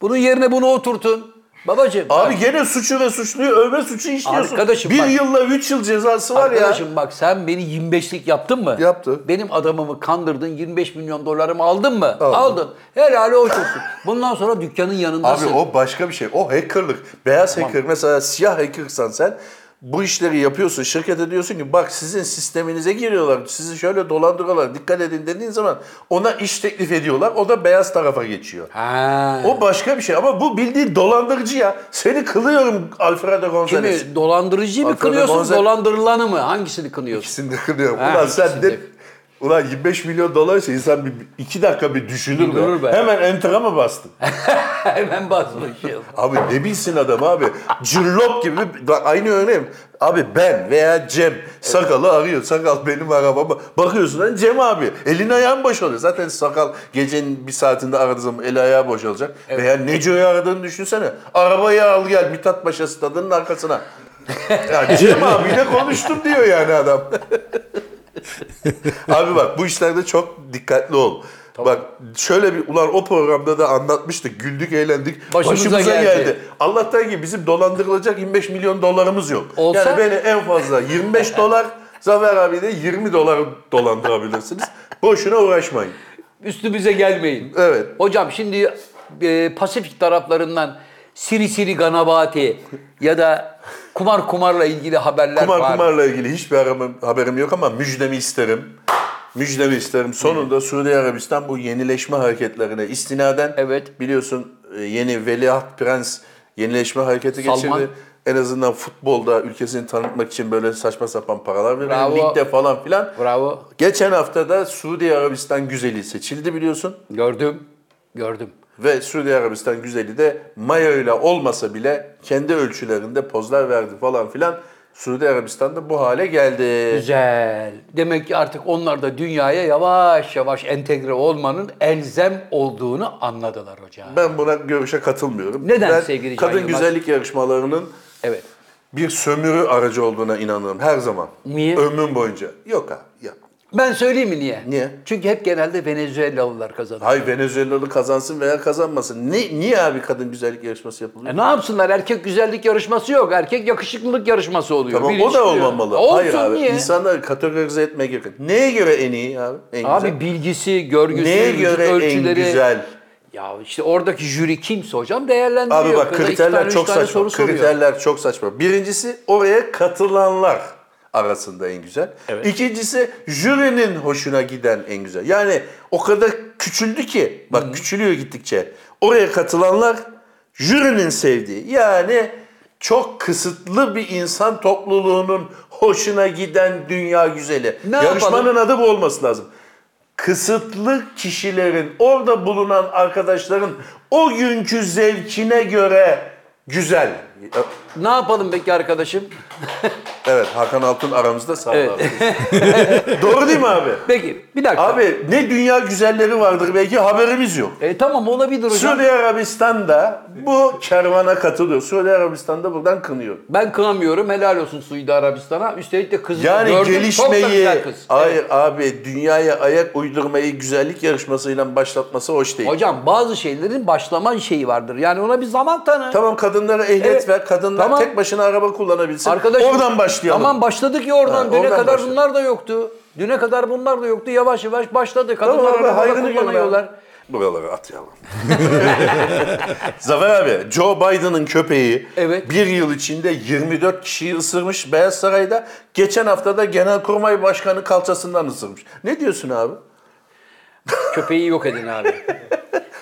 Bunun yerine bunu oturtun. Babacığım. bak.
Abi gene suçu ve suçluyu övme suçu işliyorsun.
Arkadaşım
bir
bak-
yılla üç yıl cezası var ya.
Arkadaşım bak sen beni 25'lik yaptın mı?
Yaptı.
Benim adamımı kandırdın 25 milyon dolarımı aldın mı? Aldın. Helal hoş olsun. Bundan sonra dükkanın
Abi
yanındasın.
o başka bir şey. O hackerlık. Beyaz hacker mesela siyah hackersan sen bu işleri yapıyorsun. Şirkete diyorsun ki bak sizin sisteminize giriyorlar. Sizi şöyle dolandırıyorlar. Dikkat edin dediğin zaman ona iş teklif ediyorlar. O da beyaz tarafa geçiyor.
Ha.
O başka bir şey ama bu bildiğin dolandırıcı ya. Seni kılıyorum Alfredo
Kimi
Gonzalez.
dolandırıcıyı mı
Alfredo
kınıyorsun,
Bonze-
dolandırılanı mı? Hangisini
<laughs>
kınıyorsun?
İkisini de kılıyorum.
Ha,
ulan sen
ikisini de.
de... Ulan 25 milyon dolarsa insan bir, iki dakika bir düşünür
Bir durur
be.
be.
Hemen enter'a mı bastın?
Hemen basmışım.
Abi ne bilsin adam abi. Cırlop gibi. Bak aynı örneğim. Abi ben veya Cem sakalı arıyor. Sakal benim arabama. Bakıyorsun lan Cem abi. Elin ayağın boşalıyor. Zaten sakal gecenin bir saatinde aradığı zaman eli ayağı boşalacak. Veya Neco'yu aradığını düşünsene. Arabayı al gel Mithat Paşa stadının arkasına. Ya Cem abiyle konuştum diyor yani adam. <laughs> Abi bak bu işlerde çok dikkatli ol. Bak şöyle bir ulan o programda da anlatmıştık. Güldük, eğlendik.
Başımıza
Başımıza,
geldi.
geldi. Allah'tan ki bizim dolandırılacak 25 milyon dolarımız yok.
Olsa-
Yani beni en fazla <laughs> 25 dolar, Zafer abi de 20 dolar dolandırabilirsiniz. Boşuna uğraşmayın.
Üstümüze gelmeyin.
Evet.
Hocam şimdi e, Pasifik taraflarından Siri Siri Ganabati ya da kumar kumarla ilgili haberler
Kumar
var.
kumarla ilgili hiçbir haberim, haberim yok ama müjdemi isterim. Müjdemi isterim. Sonunda Suudi Arabistan bu yenileşme hareketlerine istinaden
Evet. biliyorsun,
e, yeni Veliaht Prens yenileşme hareketi
Salman.
geçirdi. En azından futbolda ülkesini tanıtmak için böyle saçma sapan paralar
Bravo.
veriyor. Ligde falan filan.
Bravo.
Geçen hafta da Suudi Arabistan güzeli seçildi biliyorsun.
Gördüm. Gördüm.
Ve Suudi Arabistan güzeli de mayo ile olmasa bile kendi ölçülerinde pozlar verdi falan filan. Suudi Arabistan da bu hale geldi.
Güzel. Demek ki artık onlar da dünyaya yavaş yavaş entegre olmanın elzem olduğunu anladılar hocam.
Ben buna görüşe katılmıyorum.
Neden
ben
sevgili Can
Kadın
Yılmaz?
güzellik yarışmalarının
Evet.
bir sömürü aracı olduğuna inanırım her zaman.
Niye?
Ömrüm boyunca. Yok abi. Ya.
Ben söyleyeyim mi niye?
Niye?
Çünkü hep genelde Venezuelalılar kazanır.
Hay Venezuelalı kazansın veya kazanmasın. Ne, niye abi kadın güzellik yarışması yapılıyor?
E ne yapsınlar? Erkek güzellik yarışması yok. Erkek yakışıklılık yarışması oluyor.
Tamam
Biri
o da
çıkıyor.
olmamalı.
Olsun
Hayır abi.
niye?
İnsanları kategorize etmeye gerek yok. Neye göre en iyi abi? En
Abi
güzel.
bilgisi, görgüsü,
Neye
vücut
göre
ölçüleri.
en güzel?
Ya işte oradaki jüri kimse hocam değerlendiriyor.
Abi bak
Kıza iki tane,
kriterler
üç
çok
tane
saçma.
soru soruyor.
Kriterler çok saçma. Birincisi oraya katılanlar arasında en güzel. İkincisi jürinin hoşuna giden en güzel. Yani o kadar küçüldü ki bak küçülüyor gittikçe. Oraya katılanlar jürinin sevdiği. Yani çok kısıtlı bir insan topluluğunun hoşuna giden dünya güzeli.
Ne
Yarışmanın
yapalım?
adı bu olması lazım kısıtlı kişilerin, orada bulunan arkadaşların o günkü zevkine göre güzel.
Ne yapalım peki arkadaşım?
Evet, Hakan Altun aramızda sağ ol
Evet.
abi. <laughs> Doğru değil mi abi?
Peki bir dakika.
Abi ne dünya güzelleri vardır belki haberimiz yok.
E, tamam olabilir hocam.
Suudi Arabistan'da bu kervana katılıyor. Suudi Arabistan'da buradan kınıyor.
Ben kınamıyorum. Helal olsun Suudi Arabistan'a. Üstelik de kızı da
Yani
gördüm.
gelişmeyi,
Çok da güzel kız.
hayır abi dünyaya ayak uydurmayı güzellik yarışmasıyla başlatması hoş değil.
Hocam bazı şeylerin başlaman şeyi vardır. Yani ona bir zaman tanı.
Tamam kadınlara ehliyet
Evet.
ver. Kadınlar
Tamam.
tek başına araba kullanabilsin.
Arkadaşım,
Oradan başlayalım.
Tamam başladık ya oradan.
Ha,
Düne
oradan
kadar
başlayalım.
bunlar da yoktu. Düne kadar bunlar da yoktu. Yavaş yavaş başladı.
Tamam
Kadınlar
abi, hayrını
arabada
gör
kullanıyorlar.
abi. Buraları atayalım. <laughs> Zafer abi, Joe Biden'ın köpeği
Evet.
bir yıl içinde 24 kişiyi ısırmış Beyaz Saray'da. Geçen haftada Genelkurmay Başkanı kalçasından ısırmış. Ne diyorsun abi?
Köpeği yok edin
<laughs>
abi.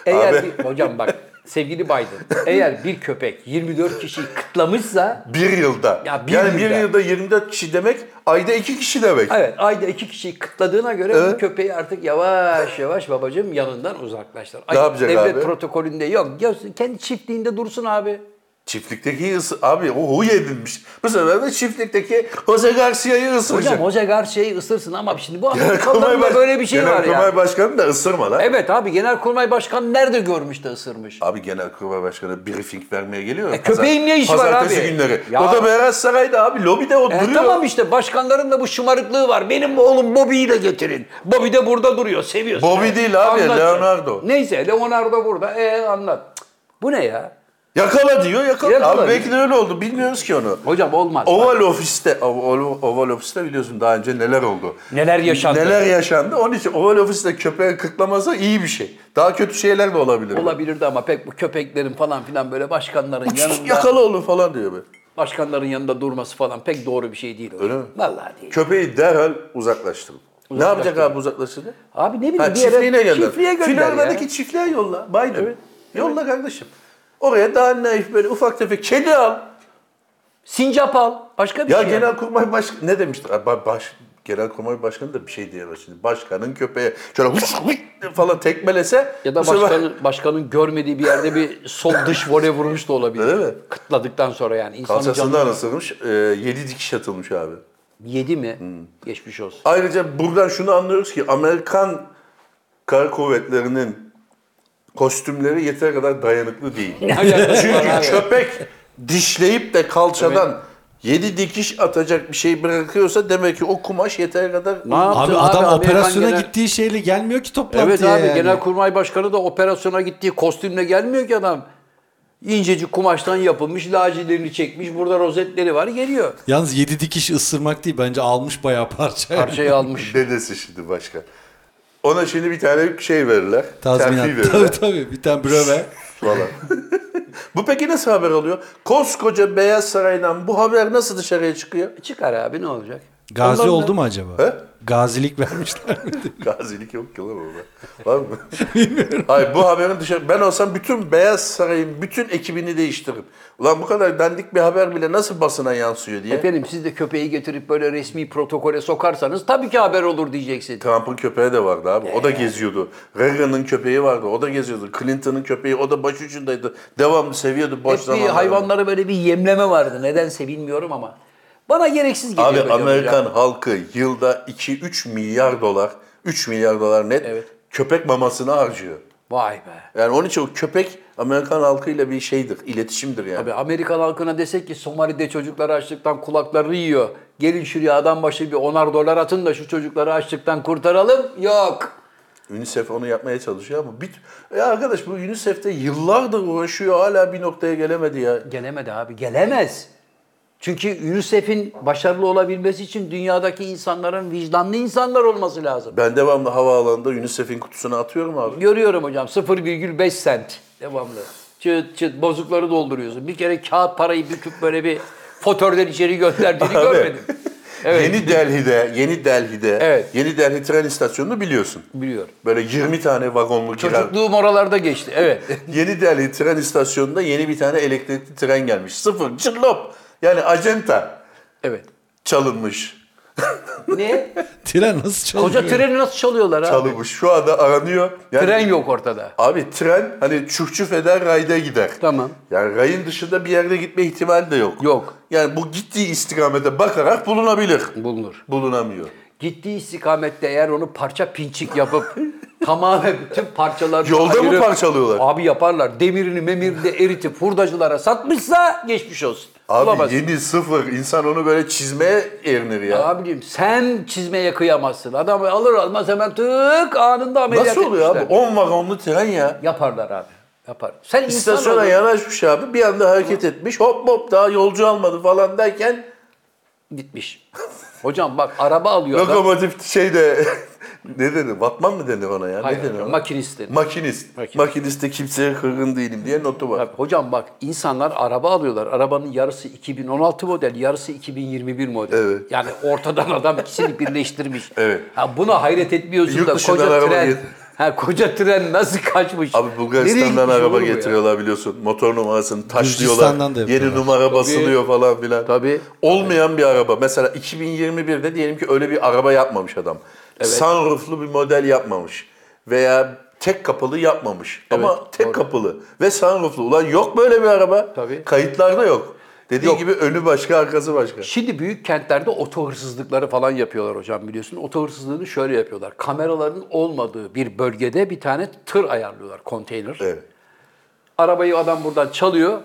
Eğer
Abi.
Bir, hocam bak sevgili Biden. Eğer bir köpek 24 kişiyi kıtlamışsa
Bir yılda.
Ya bir
yani bir
yılda.
yılda 24 kişi demek, ayda 2 kişi demek.
Evet ayda iki kişiyi kıtladığına göre bu köpeği artık yavaş yavaş babacığım yanından uzaklaştır. Ay,
Ne yapacak
devlet
abi?
protokolünde yok. Gelsin kendi çiftliğinde dursun abi.
Çiftlikteki ısı... Abi o huy edinmiş. Bu sefer de çiftlikteki Jose Garcia'yı ısıracak.
Hocam Jose Garcia'yı ısırsın ama şimdi
<laughs>
bu
Genelkurmay
Amerikalılarında
Baş-
böyle bir şey var ya.
Genelkurmay Başkanı da ısırma lan.
Evet abi Genelkurmay Başkanı nerede görmüş de ısırmış?
Abi Genelkurmay Başkanı briefing vermeye geliyor.
E, köpeğin ne işi var
Pazartesi
abi?
günleri.
Ya-
O da Beyaz Saray'da abi lobide o
E,
duruyor.
tamam işte başkanların da bu şımarıklığı var. Benim oğlum Bobby'yi de getirin. Bobby de burada duruyor seviyorsun.
Bobby değil abi,
Anlat.
Leonardo.
Neyse Leonardo burada. E anlat. Cık, Bu ne ya?
Yakala diyor, yakala.
Yakala
Abi
diyor.
belki de öyle oldu. Bilmiyoruz ki onu.
Hocam olmaz.
Oval ofiste, Oval, Oval ofiste biliyorsun daha önce neler oldu.
Neler yaşandı?
Neler yaşandı? Onun için Oval ofiste köpeği kıklamasa iyi bir şey. Daha kötü şeyler de olabilir.
Olabilirdi ama pek bu köpeklerin falan filan böyle başkanların yanında
Yakala oğlum falan diyor be.
başkanların yanında durması falan pek doğru bir şey değil. hocam.
Öyle mi?
Vallahi değil.
Köpeği derhal uzaklaştırın. Ne yapacak abi uzaklaştırdı?
Abi ne bileyim
Ha,
bir yere
çiftliğine gönder.
çiftliğe gönder ya.
Finlandiya'daki çiftliğe yolla. Biden. Yolla kardeşim. Oraya daha naif böyle ufak tefek kedi al.
Sincap al. Başka bir
Ya
şey. al.
Genelkurmay Başkanı ne demişti? Ay, ba- Baş, Genelkurmay Başkanı da bir şey diyemez şimdi. Başkanın köpeğe şöyle hıç hıç falan tekmelese
Ya da
bu sefer-
başkanın, başkanın görmediği bir yerde bir sol dış voley vurmuş da olabilir.
Öyle mi?
Kıtladıktan sonra yani. İnsanın
kalçasından
canı
asılmış, e, yedi dikiş atılmış abi.
yedi mi?
Hmm.
Geçmiş olsun.
Ayrıca buradan şunu anlıyoruz ki Amerikan kara kuvvetlerinin kostümleri yeteri kadar dayanıklı
<laughs>
değil. Çünkü köpek dişleyip de kalçadan yedi dikiş atacak bir şey bırakıyorsa demek ki o kumaş yeteri kadar...
Abi,
yaptı?
adam
Amerikan
operasyona
genel-
gittiği şeyle gelmiyor ki toplantıya
Evet abi
yani.
Genelkurmay Başkanı da operasyona gittiği kostümle gelmiyor ki adam. İncecik kumaştan yapılmış, lacilerini çekmiş, burada rozetleri var geliyor.
Yalnız 7 dikiş ısırmak değil bence almış bayağı parça.
Parçayı almış.
Dedesi şimdi başka. Ona şimdi bir tane şey verirler.
<laughs> Tazminat.
Terfi
Tabii
verirler.
tabii bir
<laughs>
tane bröve.
falan. bu peki nasıl haber oluyor? Koskoca Beyaz Saray'dan bu haber nasıl dışarıya çıkıyor?
E Çıkar abi ne olacak?
Gazi
Ondan
oldu mu acaba?
He?
Gazilik vermişler mi? <laughs>
<laughs> Gazilik yok ki lan orada. Var
<laughs>
mı? Bilmiyorum. Hayır bu haberin dışarı... Ben olsam bütün Beyaz Saray'ın bütün ekibini değiştiririm. Ulan bu kadar dandik bir haber bile nasıl basına yansıyor diye.
Efendim siz de köpeği getirip böyle resmi protokole sokarsanız tabii ki haber olur diyeceksin.
Trump'ın köpeği de vardı abi.
Ee.
O da geziyordu. Reagan'ın köpeği vardı. O da geziyordu. Clinton'ın köpeği o da başucundaydı. Devamlı seviyordu boş
Hep bir
zamanlarında.
hayvanlara böyle bir yemleme vardı. Nedense bilmiyorum ama. Bana gereksiz geliyor.
Abi
böyle
Amerikan
hocam.
halkı yılda 2-3 milyar dolar, 3 milyar dolar net
Evet.
köpek mamasına harcıyor.
Vay be.
Yani onun için o köpek Amerikan halkıyla bir şeydir, iletişimdir yani.
Abi Amerikan halkına desek ki Somali'de çocukları açlıktan kulakları yiyor. Gelin şuraya adam başı bir onar dolar atın da şu çocukları açlıktan kurtaralım. Yok.
UNICEF onu yapmaya çalışıyor ama bir... E arkadaş bu UNICEF'te yıllardır uğraşıyor hala bir noktaya gelemedi ya.
Gelemedi abi. Gelemez. Çünkü UNICEF'in başarılı olabilmesi için dünyadaki insanların vicdanlı insanlar olması lazım.
Ben devamlı havaalanında UNICEF'in kutusuna atıyorum abi.
Görüyorum hocam 0,5 sent devamlı. Çıt çıt bozukları dolduruyorsun. Bir kere kağıt parayı büküp böyle bir fotörden içeri gönderdiğini görmedim. Evet.
Yeni Delhi'de, Yeni Delhi'de,
Evet.
Yeni Delhi tren istasyonunu biliyorsun.
Biliyorum.
Böyle 20 tane vagonlu girer.
Çocukluğum oralarda geçti. Evet.
<laughs> Yeni Delhi tren istasyonunda yeni bir tane elektrikli tren gelmiş. Sıfır, cırlop. Yani acenta
Evet.
çalınmış.
Ne?
Tren nasıl çalıyor?
Koca treni nasıl çalıyorlar ha?
Çalınmış. Şu anda aranıyor. Yani,
Tren yok ortada.
Abi tren hani çuf eder rayda gider.
Tamam.
Yani rayın dışında bir yerde gitme ihtimali de yok.
Yok.
Yani bu gittiği istikamete bakarak bulunabilir.
Bulunur.
Bulunamıyor.
Gittiği istikamette eğer onu parça pinçik
<laughs>
yapıp tamamen bütün parçaları
Yolda mı parçalıyorlar?
Abi yaparlar. Demirini memirini de eritip hurdacılara satmışsa geçmiş olsun.
Abi
Bulamazsın.
yeni sıfır insan onu böyle çizmeye erinir ya.
Abicim sen çizmeye kıyamazsın. Adam alır almaz hemen tık anında ameliyat
Nasıl oluyor abi?
etmişler.
10 vagonlu tren ya.
Yaparlar abi. Yapar. Sen insan
İstasyona
olun.
yanaşmış abi bir anda hareket etmiş hop hop daha yolcu almadı falan derken
gitmiş. Hocam bak araba alıyor adam.
lokomotif şeyde <laughs> ne denir vatman mı denir ona ya
Hayır,
ne denir ona?
makinist denir.
Makinist.
Makinist.
Makiniste kimseye kırgın değilim diye notu var.
Abi, hocam bak insanlar araba alıyorlar. Arabanın yarısı 2016 model, yarısı 2021 model.
Evet.
Yani ortadan adam ikisini birleştirmiş.
<laughs> Evet.
Ha, buna hayret etmiyorsun
Yurt
da
dışından
koca
araba
tren.
getir-
Ha, koca tren nasıl kaçmış?
Abi
Nereye
Bulgaristan'dan
gitmiş
araba
olur bu ya?
getiriyorlar biliyorsun. Motor numarasını taşlıyorlar.
Gürcistan'dan da
Yeni
yapıyorlar.
numara basılıyor falan filan.
Tabii.
Olmayan bir araba. Mesela 2021'de diyelim ki öyle bir araba yapmamış adam. Sunrooflu bir model yapmamış. Veya tek kapılı yapmamış. Ama tek kapılı ve sunrooflu. Ulan yok böyle bir araba.
Tabii.
Kayıtlarda yok. Dediği gibi önü başka, arkası başka.
Şimdi büyük kentlerde oto hırsızlıkları falan yapıyorlar hocam biliyorsun. Oto hırsızlığını şöyle yapıyorlar. Kameraların olmadığı bir bölgede bir tane tır ayarlıyorlar, konteyner.
Evet.
Arabayı adam buradan çalıyor.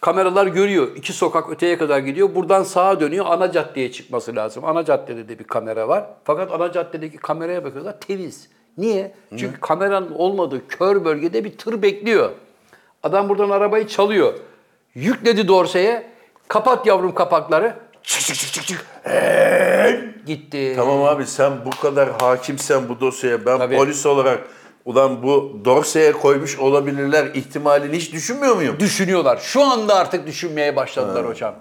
Kameralar görüyor. İki sokak öteye kadar gidiyor. Buradan sağa dönüyor. Ana caddeye çıkması lazım. Ana caddede de bir kamera var. Fakat ana caddedeki kameraya bakıyorlar temiz. Niye? Çünkü kameranın olmadığı kör bölgede bir tır bekliyor. Adam buradan arabayı çalıyor. Yükledi Dorsey'e. Kapat yavrum kapakları. Çık çık çık çık çık. Eee, Gitti.
Tamam abi sen bu kadar hakimsen bu dosyaya ben
Tabii.
polis olarak ulan bu dosyaya koymuş olabilirler ihtimalini hiç düşünmüyor muyum?
Düşünüyorlar. Şu anda artık düşünmeye başladılar hocam.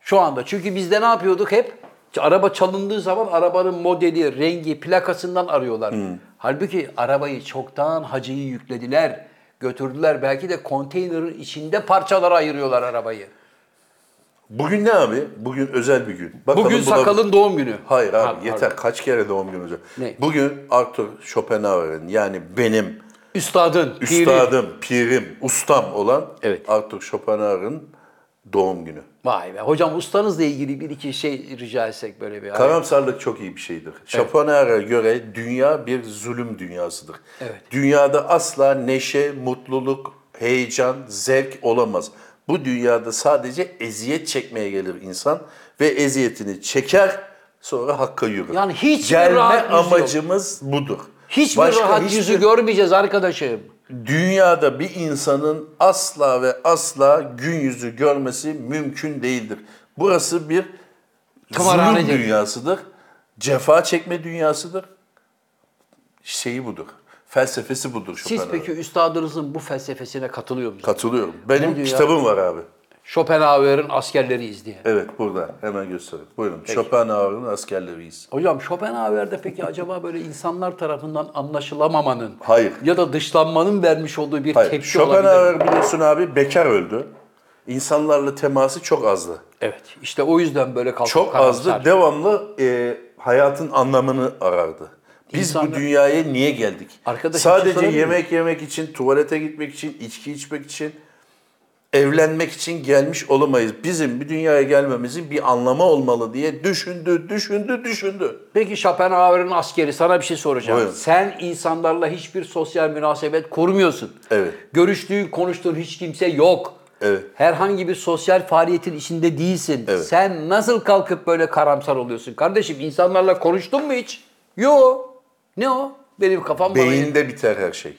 Şu anda. Çünkü biz de ne yapıyorduk hep? Araba çalındığı zaman arabanın modeli, rengi, plakasından arıyorlar.
Hmm.
Halbuki arabayı çoktan hacıyı yüklediler, götürdüler. Belki de konteynerin içinde parçalara ayırıyorlar arabayı.
Bugün ne abi? Bugün özel bir gün. Bakalım
Bugün
bu da-
sakalın doğum günü.
Hayır
Ha,
abi yeter.
pardon.
Kaç kere doğum günü hocam?
Ne?
Bugün Arthur Schopenhauer'in yani benim
Üstadın, piri.
üstadım, pirim, ustam olan
Evet.
Arthur Schopenhauer'ın doğum günü.
Vay be. Hocam ustanızla ilgili bir iki şey rica etsek böyle bir.
Karamsarlık çok iyi bir şeydir. Schopenhauer'a göre dünya bir zulüm dünyasıdır.
Evet.
Dünyada asla neşe, mutluluk, heyecan, zevk olamaz. Bu dünyada sadece eziyet çekmeye gelir insan ve eziyetini çeker sonra hakka yürür.
Yani hiç bir
Gelme
rahat yüzü yok.
amacımız budur.
Hiç mi
Başka
rahat
hiçbir-
yüzü görmeyeceğiz arkadaşım?
Dünyada bir insanın asla ve asla gün yüzü görmesi mümkün değildir. Burası bir
Tımarhane
zulüm
cennet.
dünyasıdır. Cefa çekme dünyasıdır. Şeyi budur. Felsefesi budur şu
Siz peki üstadınızın bu felsefesine katılıyor musunuz?
Katılıyorum. Benim
dünya-
kitabım var abi.
Schopenhauer'ın askerleriyiz diye.
Evet burada. Hemen göstereyim. Buyurun. Schopenhauer'ın askerleriyiz.
Hocam Schopenhauer'de peki acaba böyle insanlar tarafından anlaşılamamanın
Hayır.
ya da dışlanmanın vermiş olduğu bir
Hayır.
tepki olabilir mi?
Schopenhauer biliyorsun abi bekar öldü. İnsanlarla teması çok azdı.
Evet. İşte o yüzden böyle kalkıp
Çok
karamsar.
azdı. Devamlı e, hayatın anlamını arardı. Biz
İnsanlar-
bu dünyaya niye geldik?
Arkadaş, bir şey
Sadece
sorabilir miyim?
yemek yemek için, tuvalete gitmek için, içki içmek için, evlenmek için gelmiş olamayız. Bizim bir dünyaya gelmemizin bir anlamı olmalı diye düşündü, düşündü, düşündü.
Peki Schopenhauer'ın askeri sana bir şey soracağım.
Buyurun.
Sen insanlarla hiçbir sosyal münasebet kurmuyorsun.
Evet.
Görüştüğün, konuştuğun hiç kimse yok.
Evet.
Herhangi bir sosyal faaliyetin içinde değilsin.
Evet.
Sen nasıl kalkıp böyle karamsar oluyorsun? Kardeşim insanlarla konuştun mu hiç? Yo. Ne o? Benim kafam bana yetti.
Beyinde biter her şey.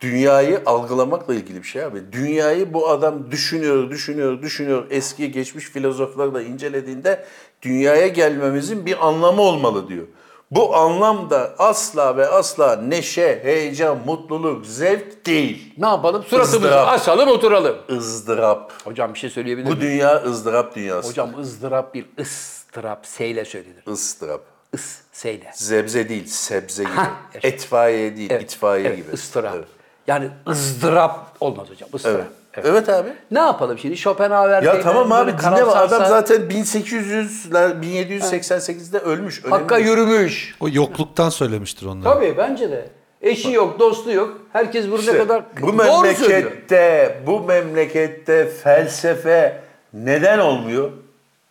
Dünyayı algılamakla ilgili bir şey abi. Dünyayı bu adam düşünüyor, düşünüyor, düşünüyor. Eski geçmiş filozoflar da incelediğinde dünyaya gelmemizin bir anlamı olmalı diyor. Bu anlamda asla ve asla neşe, heyecan, mutluluk, zevk değil.
Ne yapalım? Suratımızı
Izdırap.
asalım oturalım.
ızdırap.
Hocam bir şey söyleyebilir
Bu
miyim?
dünya ızdırap dünyası.
Hocam ızdırap bir ıstırap. Seyle söylenir.
ızdırap.
Is, seyle.
Zebze değil, sebze gibi.
Ha, evet.
Etfaiye değil,
Evet,
itfaiye
evet,
gibi.
ıstırap.
Evet.
Yani ızdırap olmaz hocam. ıstırap.
Evet.
Evet.
evet abi.
Ne yapalım şimdi? Schopenhauer
Ya
Bey'den
tamam abi
böyle
dinleme adam
karamsarsa
zaten 1800'ler 1788'de ölmüş. Önemli
Hakka
değil.
yürümüş.
O yokluktan söylemiştir onları.
Tabii bence de. Eşi yok, dostu yok. Herkes burada
İşte
ne kadar
bu
doğru söylüyor.
memlekette bu memlekette felsefe neden olmuyor?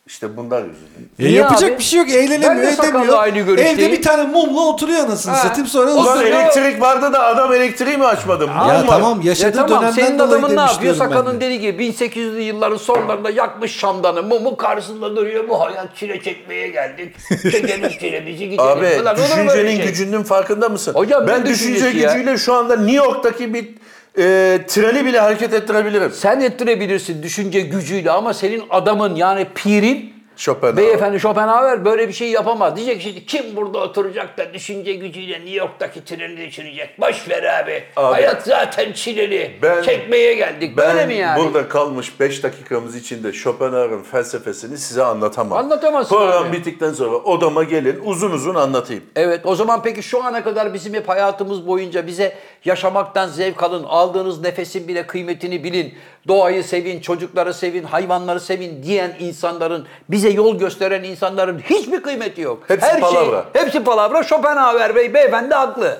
İşte bunlar yüzünden.
E,
Niye
yapacak
abi?
bir şey yok. Eğlenemiyor,
Ben de sakallı
edemiyor.
aynı görüşteyim.
Evde bir tane mumla oturuyor anasını
Ha.
satayım sonra
O
Ulan
ısırıyor.
zaman-
elektrik vardı da adam elektriği mi açmadı?
Ya
Bunlar-
tamam yaşadığı
Ya tamam
dönemden
senin
dolayı
adamın ne
demiş
yapıyor?
diyorum ben
Sakalın
de.
dediği gibi 1800'lü yılların sonlarında yakmış şamdanı. Mumun karşısında duruyor. Bu hayat çile çekmeye
<laughs>
geldik. Çekelim çilemizi gidelim.
Abi
falan. Olur mu böyle
düşüncenin
şey?
gücünün farkında mısın?
Hocam,
ben
ne
düşünce
düşüncesi ya?
gücüyle şu anda New York'taki bir e, treni bile hareket ettirebilirim.
Sen ettirebilirsin düşünce gücüyle ama senin adamın yani pirin
Schopenhauer.
Beyefendi Schopenhauer böyle bir şey yapamaz. Diyecek şimdi kim burada oturacak da düşünce gücüyle New York'taki treni düşünecek. Boş ver abi.
Abi,
Hayat zaten çileli.
ben-
Çekmeye geldik.
Ben
böyle mi yani?
burada kalmış 5 dakikamız içinde Schopenhauer'ın felsefesini size anlatamam.
Anlatamazsın
Program
abi.
bittikten sonra odama gelin uzun uzun anlatayım.
Evet o zaman peki şu ana kadar bizim hep hayatımız boyunca bize yaşamaktan zevk alın, aldığınız nefesin bile kıymetini bilin, doğayı sevin, çocukları sevin, hayvanları sevin diyen insanların, bize yol gösteren insanların hiçbir kıymeti yok.
Hepsi palavra.
Şey, hepsi palavra. Schopenhauer Bey beyefendi haklı.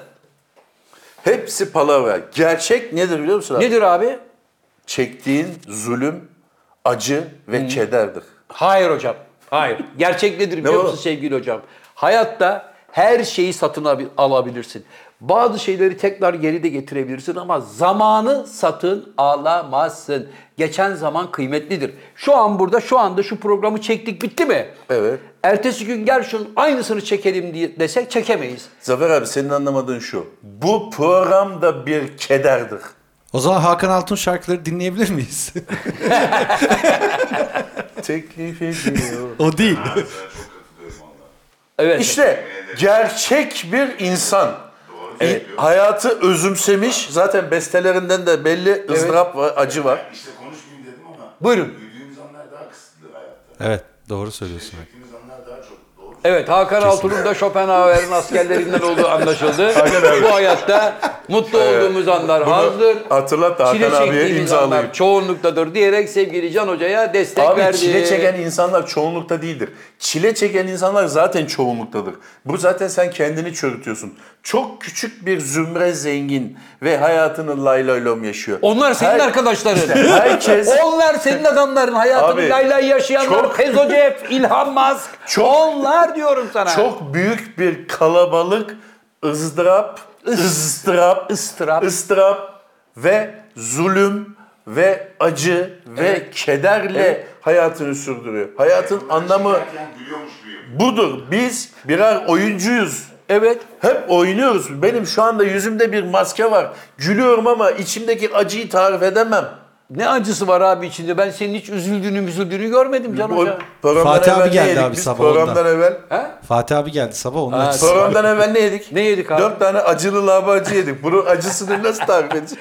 Hepsi palavra. Gerçek nedir biliyor musun abi?
Nedir abi?
Çektiğin zulüm, acı ve kederdir.
Hayır hocam. Hayır. <laughs> Gerçek nedir biliyor
oğlum?
musun sevgili hocam? Hayatta her şeyi satın abi- alabilirsin. Bazı şeyleri tekrar geri de getirebilirsin ama zamanı satın alamazsın. Geçen zaman kıymetlidir. Şu an burada, şu anda şu programı çektik bitti mi?
Evet.
Ertesi gün gel şunun aynısını çekelim diye desek çekemeyiz.
Zafer abi senin anlamadığın şu. Bu program da bir kederdir.
O zaman Hakan Altun şarkıları dinleyebilir miyiz? <laughs>
Teklif ediyor.
o değil.
Evet.
<laughs> İşte gerçek bir insan. Evet. Hayatı özümsemiş. Zaten bestelerinden de belli ızdırap var, acı var.
İşte konuşmayayım dedim ama
Buyurun.
büyüdüğümüz anlar daha kısıtlı hayatta.
<laughs> evet doğru söylüyorsun.
Çektiğimiz anlar daha çok doğru.
Evet Hakan Altun'un da Schopenhauer'in askerlerinden olduğu
<laughs>
anlaşıldı. Bu hayatta mutlu olduğumuz anlar azdır.
Hatırlat da Hakan
Çile
abiye
çektiğimiz
imzalayayım.
anlar çoğunluktadır diyerek sevgili Can Hoca'ya destek
Abi
verdi.
çile çeken insanlar çoğunlukta değildir. Çile çeken insanlar zaten çoğunluktadır. Bu zaten sen kendini çürütüyorsun. Çok küçük bir zümre zengin ve hayatını lay lay lom yaşıyor.
Onlar senin
Her-
arkadaşların.
Herkes
<laughs> Onlar senin adamların hayatını
Abi,
lay lay yaşayanlar.
çok-
Pezocev, İlhan Musk.
Çok-
Onlar diyorum sana.
çok büyük bir kalabalık ızdırap, ızdırap,
ıstırap.
ıstırap ve zulüm ve acı ve
Evet.
kederle hayatını sürdürüyor. Hayatın anlamı
Çekerken gülüyormuş gibi.
budur. Biz birer oyuncuyuz.
Evet.
Hep oynuyoruz. Benim şu anda yüzümde bir maske var. Gülüyorum ama içimdeki acıyı tarif edemem.
Ne acısı var abi içinde? Ben senin hiç üzüldüğünü üzüldüğünü görmedim Can
O
Hoca.
programdan
Fatih abi
evvel ne
geldi
yedik
abi
biz?
sabah
Programdan
ondan.
evvel.
Fatih abi geldi sabah onun açısı.
Programdan evvel ne yedik?
Ne yedik abi?
Dört tane acılı lahmacun yedik. Bunun acısını nasıl tarif edeceğiz?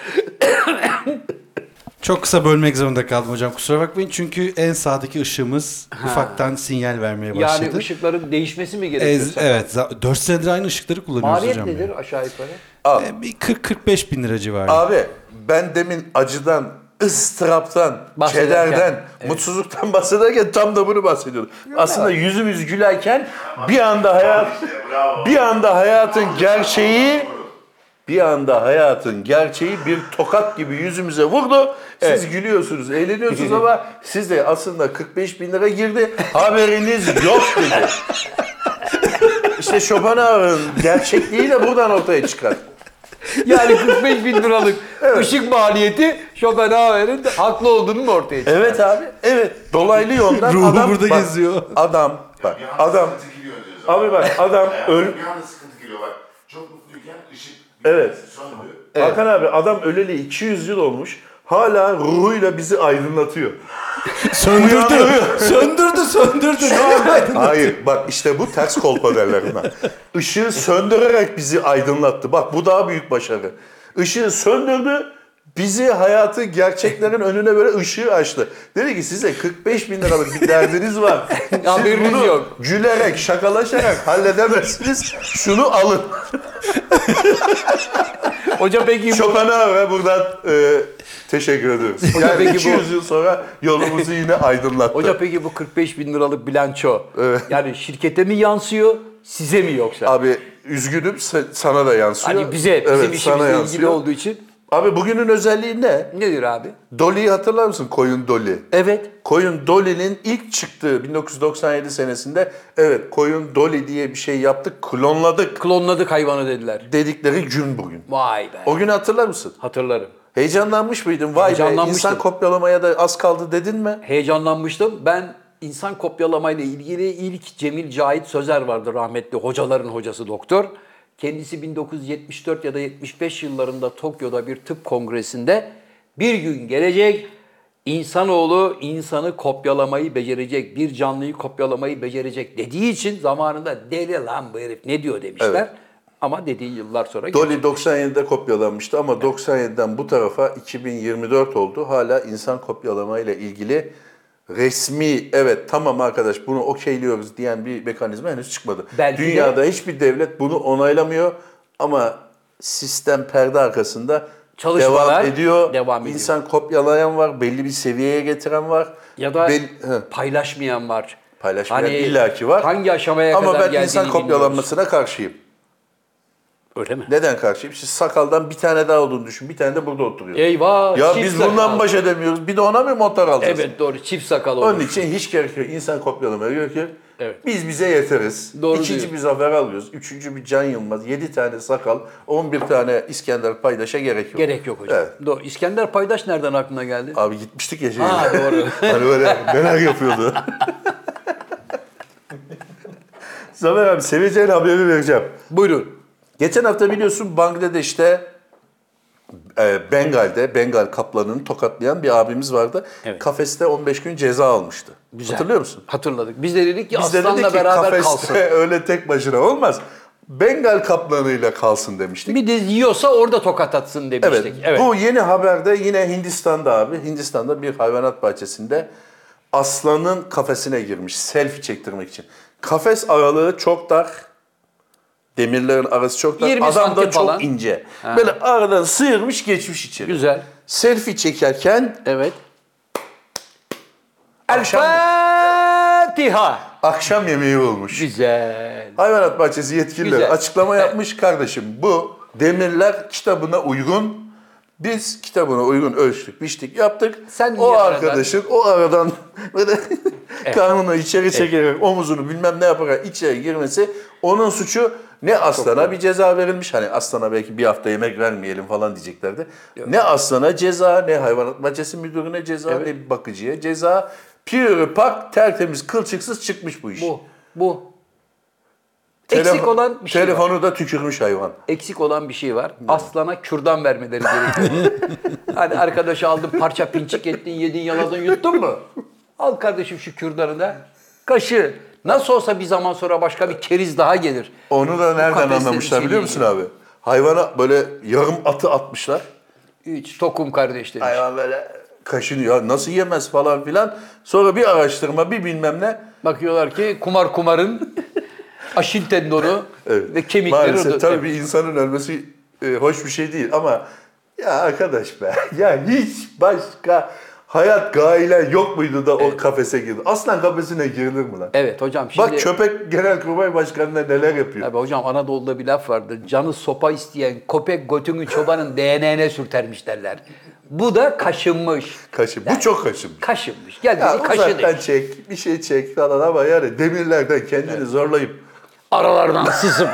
Çok kısa bölmek zorunda kaldım hocam kusura bakmayın. Çünkü en sağdaki ışığımız ufaktan sinyal vermeye başladı.
Yani ışıkların değişmesi mi
Ez-
gerekiyor? sana?
evet 4 senedir aynı ışıkları kullanıyoruz
Maliyet
hocam. ya.
nedir aşağı yukarı?
E, bir 40-45 bin lira civarı.
Abi ben demin acıdan, ıstıraptan,
Bahsederken,
kederden, mutsuzluktan <laughs> bahsederken tam da bunu bahsediyordum. Aslında yüzümüz gülerken bir anda hayat
İşte bravo.
bir anda hayatın gerçeği bir anda hayatın gerçeği bir tokat gibi yüzümüze vurdu. Siz gülüyorsunuz, eğleniyorsunuz ama siz de aslında 45 bin lira girdi. Haberiniz yok dedi. işte Schopenhauer'ın gerçekliği de buradan ortaya çıkar.
Yani 45 bin liralık
<laughs>
ışık maliyeti Schopenhauer'in de haklı olduğunu mu ortaya çıkıyor?
Evet abi. Evet. Dolaylı yoldan
Ruhu
adam
burada
bak,
geziyor.
Adam bak.
Bir anda
Adam
sıkıntı geliyor diyoruz.
abi bak adam
Hayatım
öl
Bir anda sıkıntı geliyor bak. Çok mutluyken ışık
Evet.
söndü.
Hakan abi adam öleli 200 yıl olmuş. Hala ruhuyla bizi aydınlatıyor.
söndürdü.
Uyanıyor.
söndürdü, söndürdü. Ne yapayım?
Hayır bak işte bu ters kolpa derler buna. Işığı söndürerek bizi aydınlattı. Bak bu daha büyük başarı. Işığı söndürdü bizi hayatı gerçeklerin önüne böyle ışığı açtı. Dedi ki size 45 bin liralık bir derdiniz var.
<laughs>
Siz
Haberiniz
bunu
yok.
gülerek, şakalaşarak halledemezsiniz. Şunu alın. <laughs>
Hoca peki bu-
Schopenhauer'a buradan e, teşekkür ediyoruz.
Hocam
Yani
peki bu-
200 yıl sonra yolumuzu yine aydınlattı.
Hoca peki bu 45 bin liralık bilanço yani şirkete mi yansıyor size mi yoksa?
Abi üzgünüm se- sana da yansıyor.
hani bize bizim
Evet, sana
işimizle ilgili
yansıyor.
olduğu için
Abi bugünün özelliği ne?
nedir abi?
Dolly'yi hatırlar mısın? Koyun Dolly.
Evet.
Koyun Dolly'nin ilk çıktığı 1997 senesinde evet koyun Dolly diye bir şey yaptık, klonladık
Klonladık hayvanı dediler.
dedikleri gün bugün.
Vay be.
O günü hatırlar mısın?
Hatırlarım.
Heyecanlanmış mıydın? Vay be
Heyecanlanmıştım.
insan kopyalamaya da az kaldı dedin mi?
Heyecanlanmıştım. Ben insan kopyalamayla ilgili ilk Cemil Cahit Sözer vardı rahmetli hocaların hocası doktor. Kendisi 1974 ya da 75 yıllarında Tokyo'da bir tıp kongresinde bir gün gelecek insanoğlu insanı kopyalamayı becerecek, bir canlıyı kopyalamayı becerecek dediği için zamanında deli lan bu herif ne diyor demişler.
Evet.
Ama dediği yıllar sonra
Dolly 97'de kopyalanmıştı ama 97'den bu tarafa 2024 oldu. Hala insan kopyalamayla ilgili resmi evet tamam arkadaş bunu okeyliyoruz diyen bir mekanizma henüz çıkmadı.
Belki de-
Dünyada hiçbir devlet bunu onaylamıyor ama sistem perde arkasında
Çalışmalar
devam ediyor.
devam ediyor.
İnsan kopyalayan var, belli bir seviyeye getiren var.
Ya da
Bel- Hı.
paylaşmayan var.
Paylaşmayan illaki var.
Hangi aşamaya
ama
kadar
ben insan
geldiğini bilmiyoruz.
kopyalanmasına karşıyım.
Öyle mi?
Neden karşıyım? Şimdi sakaldan bir tane daha olduğunu düşün. Bir tane de burada oturuyor.
E, Eyvah.
Ya
çift
biz
sakal.
bundan baş edemiyoruz. Bir de ona mı motor alacağız?
Evet doğru çift sakal olur.
Onun için hiç gerek yok. İnsan kopyalamaya gerek yok.
Evet.
Biz bize yeteriz.
Doğru
İkinci
diyor.
bir zafer alıyoruz. Üçüncü bir Can Yılmaz. Yedi tane sakal. On bir tane İskender Paydaş'a gerek yok.
Gerek yok hocam.
Evet.
Doğru. İskender Paydaş nereden aklına geldi?
Abi gitmiştik ya şeyle.
Ha doğru.
<laughs> hani böyle
<laughs>
neler yapıyordu. Zafer abi seveceğin haberi vereceğim.
Buyurun.
Geçen hafta biliyorsun Bangladeş'te e, Bengal'de Bengal kaplanını tokatlayan bir abimiz vardı. Kafeste 15 gün ceza almıştı. Hatırlıyor musun?
Hatırladık. Biz de dedik ki
Biz de
aslanla
dedik ki
beraber
kafeste
kalsın.
<laughs> öyle tek başına olmaz. Bengal kaplanıyla kalsın demiştik.
Bir de yiyorsa orada tokat atsın demiştik.
Evet,
Evet.
Bu yeni haberde yine Hindistan'da abi. Hindistan'da bir hayvanat bahçesinde aslanın kafesine girmiş selfie çektirmek için. Kafes aralığı çok dar. Demirlerin arası çok dar.
20
Adam da
santim
çok
falan.
ince. Böyle aradan sıyırmış geçmiş içeri.
Güzel.
Selfie çekerken
Evet.
akşam,
Fatiha.
akşam yemeği olmuş.
Güzel.
Hayvanat bahçesi yetkilileri
Güzel.
açıklama yapmış kardeşim. Bu demirler kitabına uygun. Biz kitabına uygun ölçtük, biçtik, yaptık.
Sen
o
niye
arkadaşın o aradan <laughs> böyle karnını içeri çekerek, omuzunu bilmem ne yaparak içeri girmesi onun suçu ne aslana bir ceza verilmiş. Hani aslana belki bir hafta yemek vermeyelim falan diyeceklerdi. Ne aslana ceza, ne hayvanat bahçesi müdürüne ceza, ne bir bakıcıya ceza. Pure pak tertemiz kılçıksız çıkmış bu iş.
Bu. Bu.
Telefon-
Eksik olan bir şey var.
Telefonu da tükürmüş hayvan.
Eksik olan bir şey var. Aslana kürdan vermeleri
<laughs>
gerekiyor. hani arkadaşı aldın parça pinçik ettin, yedin, yaladın, yuttun mu? Al kardeşim şu kürdanı da. Kaşı. Nasıl olsa bir zaman sonra başka bir keriz daha gelir.
Onu da nereden
kafeslerin
anlamışlar biliyor musun
içeriği.
abi? Hayvana böyle yarım atı atmışlar.
Üç, tokum kardeş demiş.
Hayvan böyle kaşınıyor. Nasıl yemez falan filan. Sonra bir araştırma bir bilmem ne.
Bakıyorlar ki kumar kumarın aşil tendonu
Evet.
ve kemikleri.
Maalesef
orada-
tabii bir insanın ölmesi e, hoş bir şey değil ama ya arkadaş be <laughs> ya hiç başka hayat gaile yok muydu da o kafese girdi? Aslan kafesine girilir mi lan?
Evet hocam şimdi...
Bak köpek genelkurmay başkanına neler yapıyor.
Tabii hocam Anadolu'da bir laf vardır. Canı sopa isteyen köpek götünü çobanın DNA'ne sürtermiş derler. Bu da kaşınmış.
Kaşın. Bu çok kaşın.
Kaşınmış. Gel
Ya
bizi kaşı
uzaktan
demiş.
çek, bir şey çek falan ama yani demirlerden kendini zorlayıp <laughs>
Aralardan sızıp.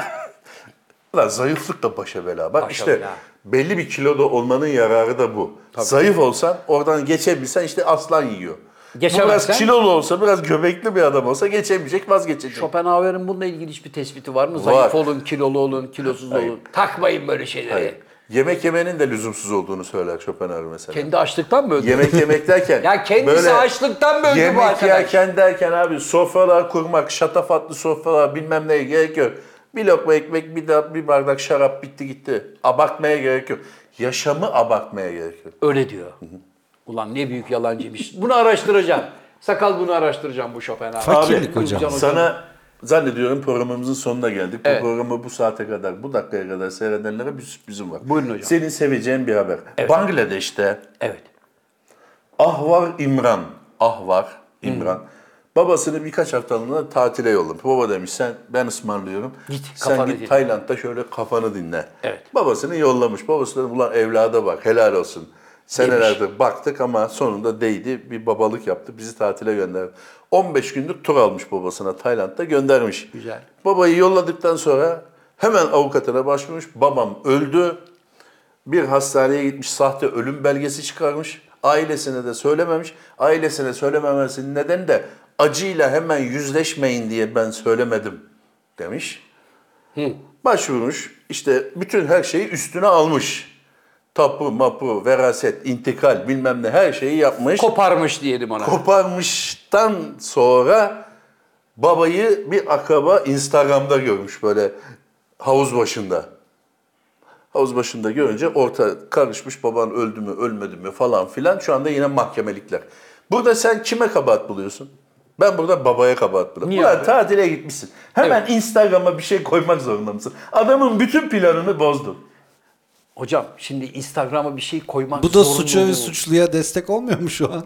la zayıflık da başa bela. Bak
Başa
işte
bela.
belli bir kiloda olmanın yararı da bu. Zayıf olsan oradan geçebilsen işte aslan yiyor. Bu biraz
Geçemezsen-
kilolu olsa, biraz göbekli bir adam olsa geçemeyecek, vazgeçecek.
Schopenhauer'in bununla ilgili hiçbir tespiti var mı?
Var.
Zayıf olun, kilolu olun, kilosuz olun. Takmayın böyle şeyleri.
Hayır. Yemek yemenin de lüzumsuz olduğunu söyler Schopenhauer mesela.
Kendi açlıktan mı öldü?
Yemek yemek derken
<laughs> Ya kendisi açlıktan mı öldü bu
Yemek
arkadaş?
yerken derken abi sofralar kurmak, şatafatlı sofralar bilmem neye gerek yok. Bir lokma ekmek, bir, da, bir bardak şarap bitti gitti. Abartmaya gerek yok. Yaşamı abartmaya gerek yok.
Öyle diyor. Ulan ne büyük yalancıymış. Bunu araştıracağım. Sakal bunu araştıracağım bu Schopenhauer.
Fakirlik hocam.
Can
Sana zannediyorum programımızın sonuna geldik.
Evet.
Bu programı bu saate kadar, bu dakikaya kadar seyredenlere bir sürprizim var.
Buyurun hocam.
Senin seveceğin bir haber. Bangladeş'te
Evet.
Ahvar İmran. Ahvar İmran. Babasını birkaç haftalığına tatile yollamış. Baba demiş sen ben ısmarlıyorum.
Git,
sen
kafanı
git
dinle."
Tayland'da şöyle kafanı dinle.
Evet.
Babasını yollamış. Babası da ulan evlada bak helal olsun. Senelerde baktık ama sonunda değdi. Bir babalık yaptı. Bizi tatile gönderdi. 15 günlük tur almış babasına Tayland'da göndermiş.
Güzel.
Babayı yolladıktan sonra hemen avukatına başvurmuş. Babam öldü. Bir hastaneye gitmiş sahte ölüm belgesi çıkarmış. Ailesine de söylememiş. Ailesine söylememesinin nedeni de acıyla hemen yüzleşmeyin diye ben söylemedim demiş. Başvurmuş. İşte bütün her şeyi üstüne almış. Tapu, mapu, veraset, intikal bilmem ne her şeyi yapmış.
Koparmış diyelim ona.
Koparmıştan sonra babayı bir akraba Instagram'da görmüş böyle havuz başında. Havuz başında görünce orta karışmış baban öldü mü ölmedi mi falan filan şu anda yine mahkemelikler. Burada sen kime kabahat buluyorsun? Ben burada babaya kabahat buluyorum.
Niye
Ulan
abi?
tatile gitmişsin. Hemen Instagram'a bir şey koymak zorunda mısın? Adamın bütün planını bozdun.
Hocam şimdi Instagram'a bir şey koymak
<laughs> Bu da
zorunluluğu-
suça ve suçluya destek olmuyor mu şu an?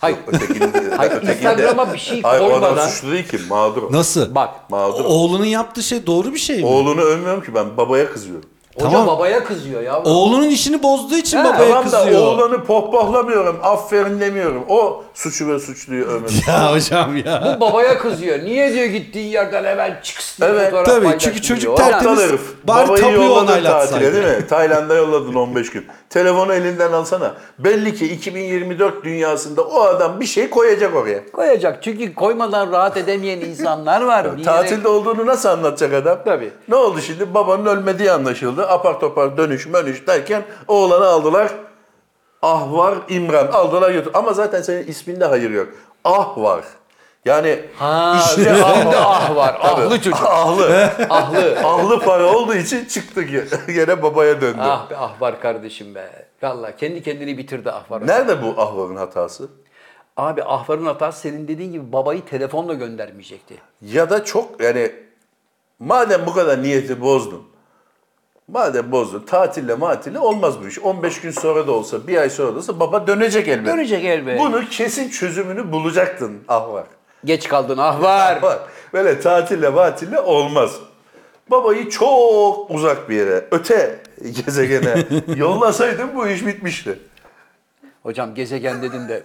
Hayır.
Ötekini de-
Hayır,
ötekini de-
Instagram'a bir şey
Hayır, o adam
koymadan-
suçlu değil ki mağdur. o.
Nasıl?
Bak.
Mağdur. o.
Oğlunun yaptığı şey doğru bir şey mi?
Oğlunu övmüyorum ki ben babaya kızıyorum.
Hoca
Tamam.
babaya kızıyor ya.
Oğlunun işini bozduğu için babaya
tamam
kızıyor.
da oğlanı pohpohlamıyorum, aferin demiyorum. O suçu ve suçluyu
<laughs>
övmek.
<laughs> Ya hocam ya.
Bu babaya kızıyor. Niye diyor gittiğin yerden hemen çıksın diye
Evet,
fotoğraf
tabii.
paylaşın
Çünkü
diyor.
çocuk
Ulan
tertemiz-
Aptal herif.
Bari
Babayı
tapuyu
yolladın
onaylatsaydı.
tatile değil mi? Tayland'a yolladın 15 gün. Telefonu elinden alsana. Belli ki 2024 dünyasında o adam bir şey koyacak oraya.
Koyacak. Çünkü koymadan rahat edemeyen insanlar var. Bir yere-
Tatilde olduğunu nasıl anlatacak adam?
Tabii.
Ne oldu şimdi? Babanın ölmediği anlaşıldı. Apar topar dönüş mönüş derken oğlanı aldılar. Ah var İmran. Aldılar götür. Ama zaten senin isminde hayır yok. Ah var. Yani <laughs>
Ha,
işte ah
üzerinde
var.
ah var.
Tabii.
Ahlı çocuk.
Ahlı.
Ahlı.
Ahlı para olduğu için çıktı ge- <laughs> gene babaya döndü.
Ah be ah var kardeşim be. Valla kendi kendini bitirdi ah var.
Nerede bu ahvarın hatası?
Abi ahvarın hatası senin dediğin gibi babayı telefonla göndermeyecekti.
Ya da çok yani madem bu kadar niyeti bozdun. Madem bozdun tatille matille olmaz bu iş. 15 gün sonra da olsa bir ay sonra da olsa baba dönecek elbet.
Dönecek elbet.
Bunu kesin çözümünü bulacaktın ahvar.
Geç kaldın ah var.
Ahvar. Böyle tatille matille olmaz. Babayı çok uzak bir yere, öte <laughs> gezegene yollasaydın bu iş bitmişti.
Hocam gezegen dedin de.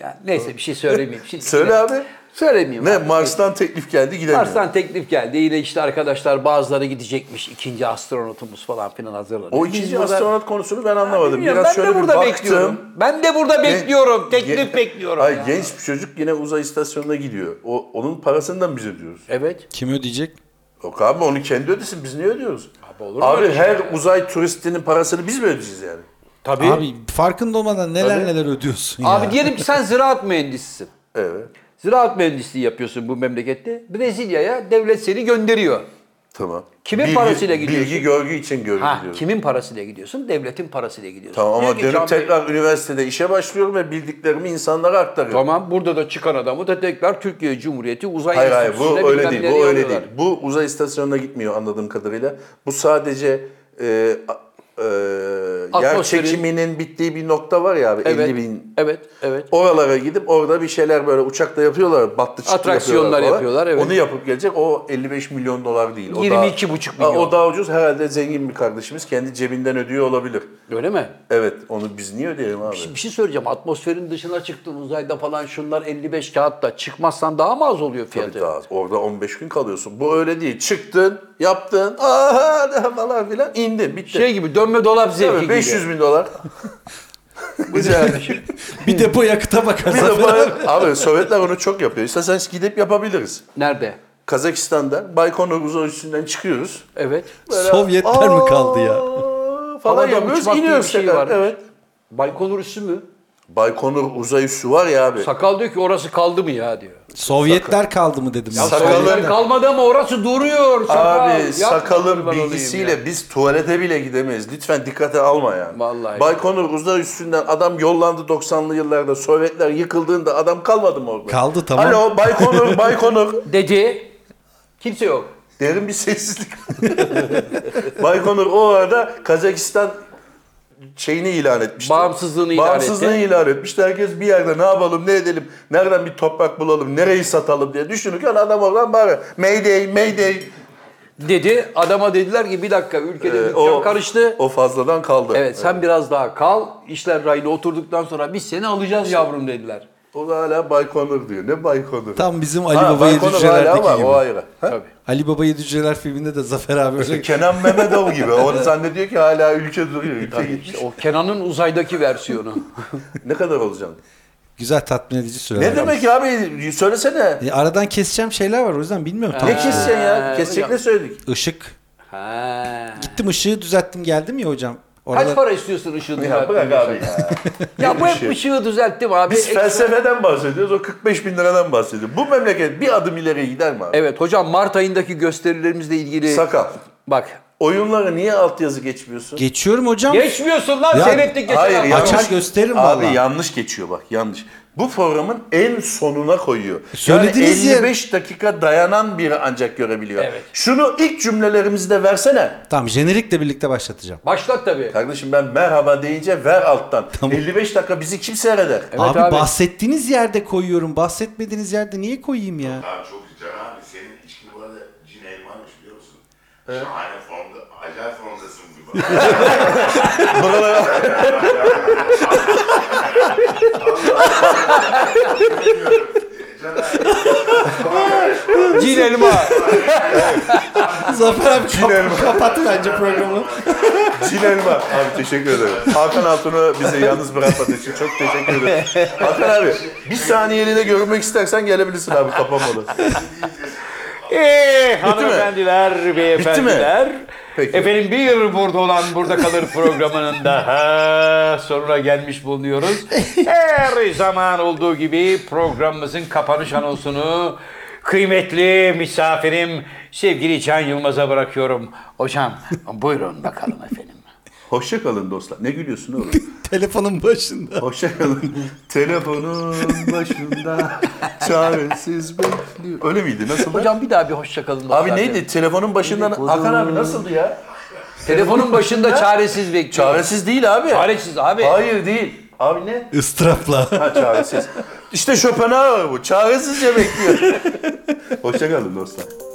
Ya neyse bir şey söylemeyeyim. Şimdi
Söyle abi.
Söylemeyeyim.
Ne
abi.
Mars'tan teklif geldi gidemiyor.
Mars'tan teklif geldi. Yine işte arkadaşlar bazıları gidecekmiş. ikinci astronotumuz falan filan hazırlanıyor.
O
Biz
ikinci
burada-
astronot konusunu ben anlamadım.
Bilmiyorum, ben
Biraz şöyle
de
bir
burada
baktım.
bekliyorum. Ben de burada bekliyorum. Teklif
Ge-
bekliyorum.
Ay,
ya.
genç bir çocuk yine uzay istasyonuna gidiyor. O, onun parasını da mı biz ödüyoruz?
Evet.
<laughs> Kim ödeyecek?
Yok abi onu kendi ödesin biz niye ödüyoruz?
Abi olur mu
Abi
öyle şey
her
ya?
uzay turistinin parasını biz mi ödeyeceğiz yani?
Tabii. Abi,
Abi farkında olmadan neler
Tabii.
neler ödüyorsun ya.
diyelim ki sen ziraat mühendisisin.
Evet
Ziraat mühendisliği yapıyorsun bu memlekette. Brezilya'ya devlet seni gönderiyor.
tamam.
Kimin parasıyla gidiyorsun?
Bilgi görgü için görgü
Ha,
gidiyoruz.
kimin parasıyla gidiyorsun? Devletin parasıyla gidiyorsun.
Tamam
Diyor
ama
ki
dönüp
Can Bey,
tekrar üniversitede işe başlıyorum ve bildiklerimi insanlara aktarıyorum.
Tamam burada da çıkan adamı da tekrar Türkiye Cumhuriyeti Uzay
Hayır hayır
Enstitüsü'ne
bu öyle
bilmem
değil.
nereye
Bu öyle değil.
alıyorlar.
Bu uzay istasyonuna gitmiyor anladığım kadarıyla. Bu sadece e, a- e, yer
Atmosferin-
çekiminin bittiği bir nokta var ya abi
Evet,
50 bin.
evet, evet.
Oralara gidip orada bir şeyler böyle uçakla yapıyorlar. Battı çıktı
Atraksiyonlar
falan.
yapıyorlar, evet.
Onu yapıp gelecek o 55 milyon dolar değil. O
22,5
daha- Ha,
milyon.
O daha ucuz herhalde zengin bir kardeşimiz kendi cebinden ödüyor olabilir.
Öyle mi?
Evet onu biz niye ödeyelim abi?
Bir şey söyleyeceğim. Atmosferin dışına çıktın uzayda falan şunlar 55 kağıtta. Çıkmazsan daha mı az oluyor fiyatı?
Tabii daha az. Orada 15 gün kalıyorsun. Bu öyle değil. Çıktın, yaptın, aha <laughs> falan filan indin, bitti.
Şey gibi dönme dolap zevki
Tabii
gibi.
500
<laughs>
bin dolar. Güzel.
<laughs> bir depo yakıta
<laughs>
bakar.
Bir de
Zafer abi.
bana- abi Sovyetler onu çok yapıyor. İstersen gidip yapabiliriz.
Nerede?
Kazakistan'da Baykonur uzay üstünden çıkıyoruz.
Evet.
Sovyetler mi kaldı ya?
Aa,
Havada
Falan yapıyoruz,
uçmak diye
iniyoruz
bir şey
tekrar.
varmış.
evet.
Baykonur üssü mü?
Baykonur uzay üssü var ya abi.
Sakal diyor ki orası kaldı mı ya diyor.
Sovyetler kaldı mı dedim. ben.
Sakal- Sakalın-
Sovyetler kalmadı ama orası duruyor. Sakal.
Abi
Yapma
sakalın
kurban olayım
bilgisiyle
ya.
biz tuvalete bile gidemeyiz. Lütfen dikkate alma yani.
Vallahi.
Baykonur uzay üstünden adam yollandı 90'lı yıllarda. Sovyetler yıkıldığında adam kalmadı mı orada?
Kaldı, tamam.
Alo
<laughs>
Baykonur, Baykonur.
Dedi. Kimse yok.
Derin bir
<laughs>
sessizlik. Baykonur o arada Kazakistan şeyini ilan etmişti.
Bağımsızlığını ilan
Bağımsızlığını ilan etmişti. Herkes bir yerde ne yapalım, ne edelim, nereden bir toprak bulalım, nereyi satalım diye düşünürken adam oradan bağırıyor. Mayday, mayday.
Dedi. Adama dediler ki bir dakika ülkede
Ee,
dükkan karıştı.
O fazladan kaldı.
evet sen biraz daha kal. İşler rayına oturduktan sonra biz seni
Şey-
alacağız yavrum dediler.
O da hala Baykonur diyor. Ne Baykonur?
Tam bizim Ali Baba Yedi
Baykonur hala
Cüceler'deki
var, o
gibi.
ayrı. Ha?
Tabii.
Ali Baba Yedi Cüceler filminde de Zafer abi öyle.
Kenan Mehmetov gibi. O zannediyor ki hala ülke duruyor. Ülke gitmiş.
İşte o Kenan'ın uzaydaki
<laughs>
versiyonu.
Ne kadar olacaksın?
Güzel tatmin edici söyler.
Ne demek abi? Söylesene.
E, aradan keseceğim şeyler var o yüzden bilmiyorum. Ee, Tam
Ne keseceksin ya? Kesecek
hocam.
ne söyledik?
Işık.
ha.
Gittim ışığı düzelttim geldim ya hocam.
Kaç
Oralar-
para istiyorsun ışığı
Ya bırak
düzeltmek?
abi ya.
Ya bu
Işığı.
hep ışığı düzelttim abi.
Biz
Ekstra-
felsefeden bahsediyoruz. O 45 bin liradan bahsediyor. Bu memleket bir adım ileriye gider mi abi?
Evet hocam Mart ayındaki gösterilerimizle ilgili...
Sakal.
Bak.
Oyunlara niye altyazı geçmiyorsun?
Geçiyorum hocam.
Geçmiyorsun lan
Ya-
seyrettik geçen hafta.
yanlış- Açar gösteririm
Abi
vallahi.
yanlış geçiyor bak yanlış. Bu programın en sonuna koyuyor.
E, Söylediğiniz
yani
yer-
55 dakika dayanan biri ancak görebiliyor.
Evet.
Şunu ilk cümlelerimizde versene.
Tamam jenerikle birlikte başlatacağım.
Başlat tabii.
Kardeşim ben merhaba deyince ver alttan. 55 dakika bizi kim seyreder?
abi,
abi.
bahsettiğiniz yerde koyuyorum. Bahsetmediğiniz yerde niye koyayım ya?
Abi çok güzel abi. Senin içkin bu arada cin elmanmış biliyor musun? Şahane formda, acayip formdasın bugün.
<laughs>
<laughs>
Cin elma.
Zafer abi kap-
Elma.
kapat bence programı.
Cin Elma. Abi teşekkür ederim. Hakan Altun'u bizi yalnız bırakmadığı için çok teşekkür ederim. Hakan abi bir saniyeliğine görmek istersen gelebilirsin abi kapamalı.
Eee Eh, hanımefendiler, beyefendiler.
Peki.
Efendim bir burada olan burada kalır programının daha sonuna gelmiş bulunuyoruz. Her zaman olduğu gibi programımızın kapanış anonsunu kıymetli misafirim sevgili Can Yılmaz'a bırakıyorum. Hocam buyurun bakalım efendim.
Hoşça kalın dostlar. Ne gülüyorsun oğlum?
Telefonun başında.
Hoşça kalın. Telefonun başında çaresiz bekliyor. Öyle miydi? Nasıl?
Hocam bir daha bir hoşça kalın.
Abi
dostlar.
neydi? Telefonun başından Hakan abi nasıldı ya?
Telefonun başında çaresiz bekliyor.
Çaresiz değil abi.
Çaresiz abi.
Hayır değil. Abi ne?
Istırapla.
Ha çaresiz. İşte Schopenhauer bu. Çaresizce bekliyor. Hoşça kalın dostlar.